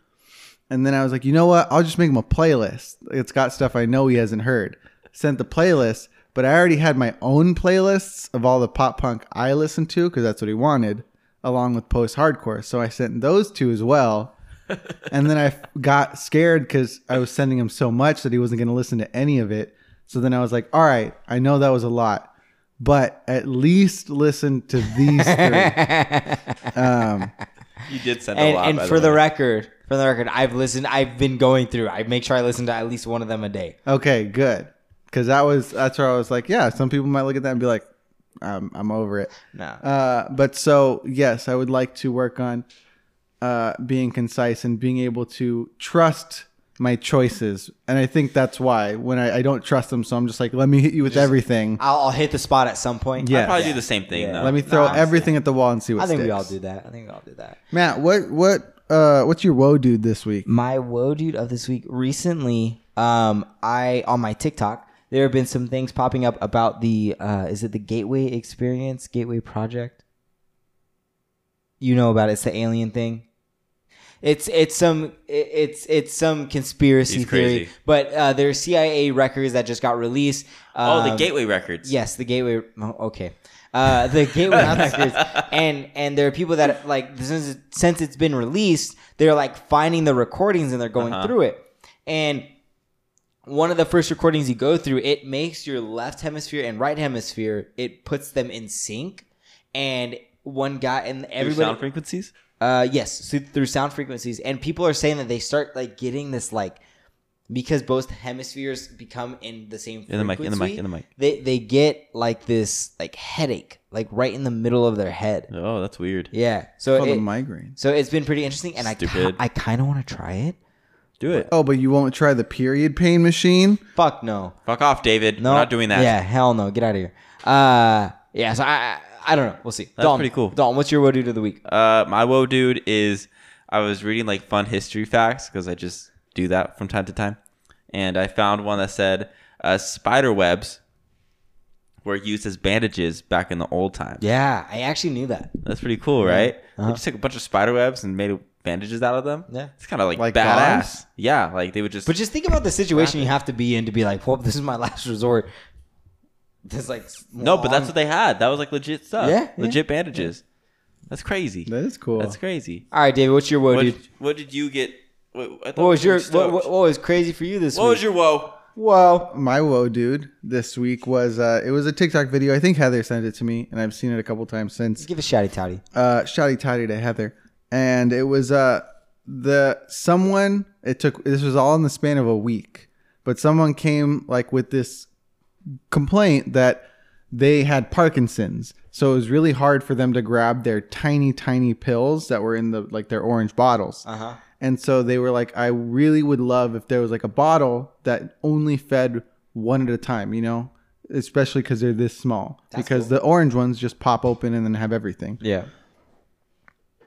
[SPEAKER 3] and then I was like, "You know what? I'll just make him a playlist. It's got stuff I know he hasn't heard." Sent the playlist, but I already had my own playlists of all the pop punk I listened to because that's what he wanted, along with post hardcore. So I sent those two as well and then I f- got scared because I was sending him so much that he wasn't going to listen to any of it. So then I was like, all right, I know that was a lot, but at least listen to these three.
[SPEAKER 1] think? you did send
[SPEAKER 2] and
[SPEAKER 1] a lot.
[SPEAKER 2] and
[SPEAKER 1] by
[SPEAKER 2] for the
[SPEAKER 1] way.
[SPEAKER 2] record, for the record, I've listened. I've been going through. I make sure I listen to at least one of them a day.
[SPEAKER 3] okay, good. Because that was, that's where I was like, yeah, some people might look at that and be like, I'm, I'm over it.
[SPEAKER 2] No,
[SPEAKER 3] Uh, but so, yes, I would like to work on uh, being concise and being able to trust my choices. And I think that's why when I, I don't trust them, so I'm just like, let me hit you with everything.
[SPEAKER 2] I'll, I'll hit the spot at some point.
[SPEAKER 1] I
[SPEAKER 3] Yeah.
[SPEAKER 1] probably do the same thing though.
[SPEAKER 3] Let me throw
[SPEAKER 2] Uh, Nah, I
[SPEAKER 3] everything at the wall and see what
[SPEAKER 2] I think
[SPEAKER 3] sticks.
[SPEAKER 2] we all do that. I think we all do that.
[SPEAKER 3] Matt, what what uh what's your woe dude this week?
[SPEAKER 2] My woe dude of this week recently, um, I on my TikTok there have been some things popping up about the uh, is it the Gateway Experience Gateway Project? You know about it. It's the alien thing. It's it's some it- it's it's some conspiracy
[SPEAKER 1] He's
[SPEAKER 2] theory,
[SPEAKER 1] crazy.
[SPEAKER 2] but uh, there's CIA records that just got released.
[SPEAKER 1] Oh, the
[SPEAKER 2] Um,
[SPEAKER 1] Gateway Records.
[SPEAKER 2] Yes, the gateway. oh, Okay, uh, the gateway records, and and there are people that like since since it's been released, they're like finding the recordings and they're going
[SPEAKER 1] Uh-huh.
[SPEAKER 2] through it. And one of the first recordings you go through, it makes your left hemisphere and right hemisphere. It puts them in sync, and one guy and
[SPEAKER 1] Through
[SPEAKER 2] everybody
[SPEAKER 1] sound frequencies.
[SPEAKER 2] uh, yes, so through sound frequencies, and people are saying that they start like getting this like because both hemispheres become in the same
[SPEAKER 1] In the mic, in the mic,
[SPEAKER 2] frequency,
[SPEAKER 1] in the mic.
[SPEAKER 2] They they get like this like headache like right in the middle of their head.
[SPEAKER 1] Oh, that's weird.
[SPEAKER 2] Yeah, so
[SPEAKER 3] Called a
[SPEAKER 2] it-
[SPEAKER 3] migraine.
[SPEAKER 2] so it's been pretty interesting, and
[SPEAKER 1] Stupid.
[SPEAKER 2] I ki- I kind of want to try it.
[SPEAKER 1] Do it.
[SPEAKER 3] Oh, but you won't try the period pain machine?
[SPEAKER 2] Fuck no.
[SPEAKER 1] Fuck off, David.
[SPEAKER 2] No,
[SPEAKER 1] We're not doing that.
[SPEAKER 2] Yeah, hell no. Get out of here. Uh, yeah. So I, I, I don't know. We'll see.
[SPEAKER 1] That's
[SPEAKER 2] Dalton,
[SPEAKER 1] pretty cool.
[SPEAKER 2] Dalton, what's your woe dude of the week?
[SPEAKER 1] Uh, my woe dude is I was reading like fun history facts because I just do that from time to time, and I found one that said uh, spider webs were used as bandages back in the old times.
[SPEAKER 2] Yeah, I actually knew that.
[SPEAKER 1] That's pretty cool, right?
[SPEAKER 2] Uh-huh.
[SPEAKER 1] They just took a bunch of spider webs and made bandages out of them.
[SPEAKER 2] Yeah.
[SPEAKER 1] it's kind of like,
[SPEAKER 3] Like
[SPEAKER 1] badass.
[SPEAKER 3] gauze?
[SPEAKER 1] Yeah, like they would just.
[SPEAKER 2] But just think about the situation you have to be in to be like, well, this is my last resort. This like
[SPEAKER 1] no, but that's
[SPEAKER 2] long-
[SPEAKER 1] what they had. That was like legit stuff.
[SPEAKER 2] Um, Yeah, yeah,
[SPEAKER 1] legit bandages. That's crazy.
[SPEAKER 3] That is cool.
[SPEAKER 1] That's crazy.
[SPEAKER 2] all right, David. What's your woe,
[SPEAKER 1] What,
[SPEAKER 2] dude?
[SPEAKER 1] what did you get? What, I thought
[SPEAKER 2] What was
[SPEAKER 1] you were
[SPEAKER 2] your what,
[SPEAKER 1] stoked.
[SPEAKER 2] what, what was crazy for you this
[SPEAKER 1] What
[SPEAKER 2] week?
[SPEAKER 1] was your woe?
[SPEAKER 2] whoa?
[SPEAKER 3] My woe dude this week was uh it was a TikTok video. I think Heather sent it to me and I've seen it a couple times since.
[SPEAKER 2] Give a shouty touty.
[SPEAKER 3] Uh shouty toddy to Heather. And it was uh the someone it took this was all in the span of a week, but someone came like with this complaint that they had Parkinson's. So it was really hard for them to grab their tiny, tiny pills that were in the like their orange bottles.
[SPEAKER 2] Uh-huh.
[SPEAKER 3] And so they were like, I really would love if there was like a bottle that only fed one at a time, you know, especially because they're this small. because the orange ones just pop open and then have everything
[SPEAKER 2] Yeah.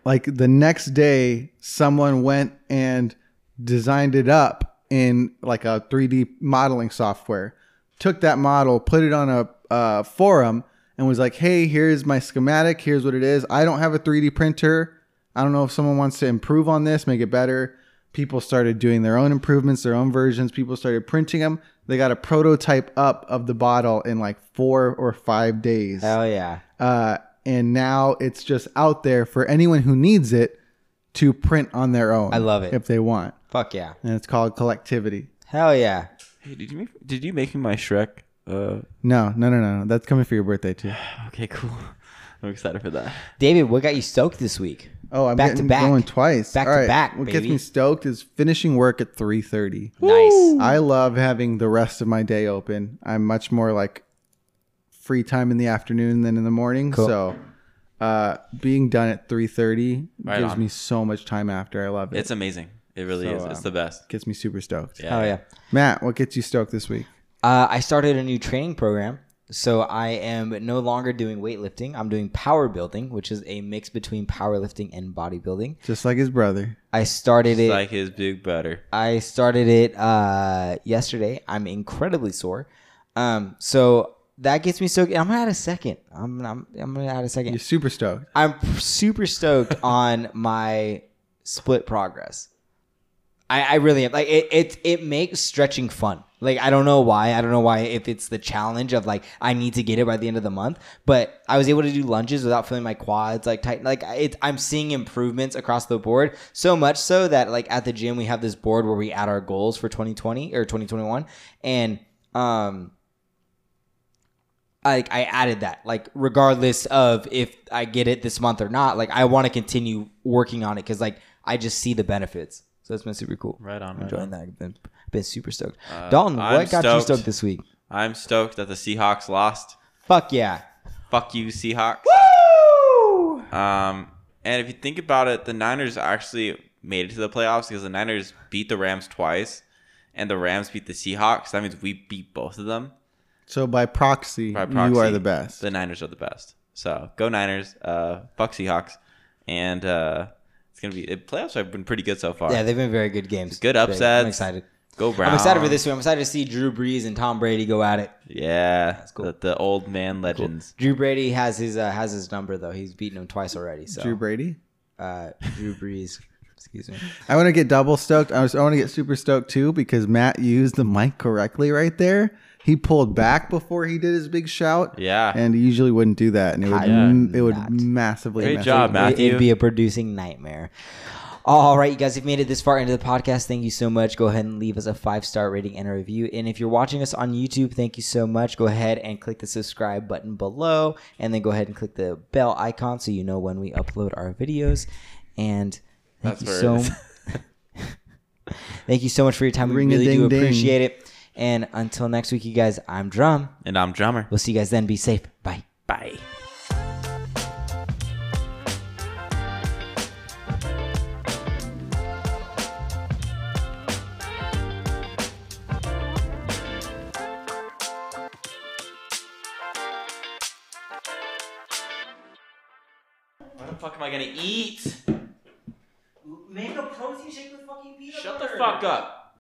[SPEAKER 3] like the next day someone went and designed it up in like a 3d modeling software took that model put it on a uh, forum and was like hey here's my schematic here's what it is i don't have a 3d printer i don't know if someone wants to improve on this make it better people started doing their own improvements their own versions people started printing them they got a prototype up of the bottle in like four or five days
[SPEAKER 2] Hell yeah.
[SPEAKER 3] uh, and now it's just out there for anyone who needs it to print on their own.
[SPEAKER 2] I love it.
[SPEAKER 3] If they want.
[SPEAKER 2] Fuck yeah.
[SPEAKER 3] And it's called collectivity.
[SPEAKER 2] Hell yeah.
[SPEAKER 1] Hey, did you make did you make me my Shrek? Uh,
[SPEAKER 3] No, no, no, no. no. That's coming for your birthday too.
[SPEAKER 1] okay, cool. I'm excited for that.
[SPEAKER 2] David, what got you stoked this week?
[SPEAKER 3] Oh, I'm
[SPEAKER 2] Back to
[SPEAKER 3] getting
[SPEAKER 2] back.
[SPEAKER 3] going twice.
[SPEAKER 2] Back to back,
[SPEAKER 3] What gets
[SPEAKER 2] baby.
[SPEAKER 3] me stoked is finishing work at 3:30.
[SPEAKER 2] Nice.
[SPEAKER 3] I love having the rest of my day open. I'm much more like free time in the afternoon than in the morning.
[SPEAKER 2] Cool.
[SPEAKER 3] So uh, being done at 3:30
[SPEAKER 1] Right
[SPEAKER 3] gives
[SPEAKER 1] on.
[SPEAKER 3] me so much time after. I love it.
[SPEAKER 1] It's amazing. It really
[SPEAKER 3] So,
[SPEAKER 1] is. It's
[SPEAKER 3] um,
[SPEAKER 1] the best.
[SPEAKER 3] gets me super stoked.
[SPEAKER 1] Yeah.
[SPEAKER 2] Hell yeah.
[SPEAKER 3] Matt, what gets you stoked this week?
[SPEAKER 2] Uh, I started a new training program. So I am no longer doing weightlifting. I'm doing power building, which is a mix between powerlifting and bodybuilding.
[SPEAKER 3] Just like his brother.
[SPEAKER 2] I started
[SPEAKER 1] It's
[SPEAKER 2] it.
[SPEAKER 1] like his big butter.
[SPEAKER 2] I started it uh, yesterday. I'm incredibly sore. Um, so that gets me so. I'm gonna add a second. I'm I'm, I'm gonna add a second.
[SPEAKER 3] You're super stoked.
[SPEAKER 2] I'm super stoked on my split progress. I, I really am. Like it, it it makes stretching fun. Like I don't know why. I don't know why if it's the challenge of like I need to get it by the end of the month. But I was able to do lunges without feeling my quads like tight. Like it, I'm seeing improvements across the board. So much so that like at the gym we have this board where we add our goals for 2020 or 2021, and um like I added that. Like regardless of if I get it this month or not, like I want to continue working on it because like I just see the benefits. So it's been super cool.
[SPEAKER 1] Right on. Right
[SPEAKER 2] Enjoying that. I've been, been super stoked.
[SPEAKER 1] Uh,
[SPEAKER 2] Dalton, what
[SPEAKER 1] I'm
[SPEAKER 2] got you
[SPEAKER 1] stoked.
[SPEAKER 2] stoked this week?
[SPEAKER 1] I'm stoked that the Seahawks lost.
[SPEAKER 2] Fuck yeah.
[SPEAKER 1] Fuck you, Seahawks. Um, and if you think about it, the Niners actually made it to the playoffs because the Niners beat the Rams twice, and the Rams beat the Seahawks. That means we beat both of them.
[SPEAKER 3] So by proxy,
[SPEAKER 1] By proxy,
[SPEAKER 3] you are the best.
[SPEAKER 1] The Niners are the best. So go Niners. Uh, fuck Seahawks. And uh, it's gonna be the playoffs have been pretty good so far.
[SPEAKER 2] Yeah, they've been very good games.
[SPEAKER 1] Good
[SPEAKER 2] Very-
[SPEAKER 1] upsets.
[SPEAKER 2] I'm excited.
[SPEAKER 1] go Browns.
[SPEAKER 2] I'm excited for this one. I'm excited to see Drew Brees and Tom Brady go at it.
[SPEAKER 1] Yeah,
[SPEAKER 2] cool.
[SPEAKER 1] the, the old man legends.
[SPEAKER 2] Drew Brady has his uh, has his number though. He's beaten him twice already. So
[SPEAKER 3] Drew Brady.
[SPEAKER 2] uh, Drew Brees. Excuse me.
[SPEAKER 3] I want to get double stoked. I, was, I want to get super stoked too because Matt used the mic correctly right there. He pulled back before he did his big shout.
[SPEAKER 1] Yeah.
[SPEAKER 3] and he usually wouldn't do that, and it would
[SPEAKER 2] Hi,
[SPEAKER 3] m- it would
[SPEAKER 2] Matt.
[SPEAKER 3] massively.
[SPEAKER 1] Great
[SPEAKER 3] mess
[SPEAKER 1] job,
[SPEAKER 3] up.
[SPEAKER 1] Matt. Matthew.
[SPEAKER 2] It'd be a producing nightmare. All right, you guys, if you made it this far into the podcast, thank you so much. Go ahead and leave us a five star rating and a review. And if you're watching us on YouTube, thank you so much. Go ahead and click the subscribe button below, and then go ahead and click the bell icon so you know when we upload our videos. And thank
[SPEAKER 1] That's
[SPEAKER 2] you
[SPEAKER 1] where
[SPEAKER 2] so.
[SPEAKER 1] it is.
[SPEAKER 2] thank you so much for your time. We really do
[SPEAKER 3] Ring-a-ding-ding.
[SPEAKER 2] appreciate it. And until next week, you guys, I'm Drum.
[SPEAKER 1] And I'm drummer.
[SPEAKER 2] We'll see you guys then. Be safe. Bye. Bye.
[SPEAKER 1] What the fuck am I gonna eat?
[SPEAKER 2] Make a protein shake with fucking peanut
[SPEAKER 1] Shut the fuck up.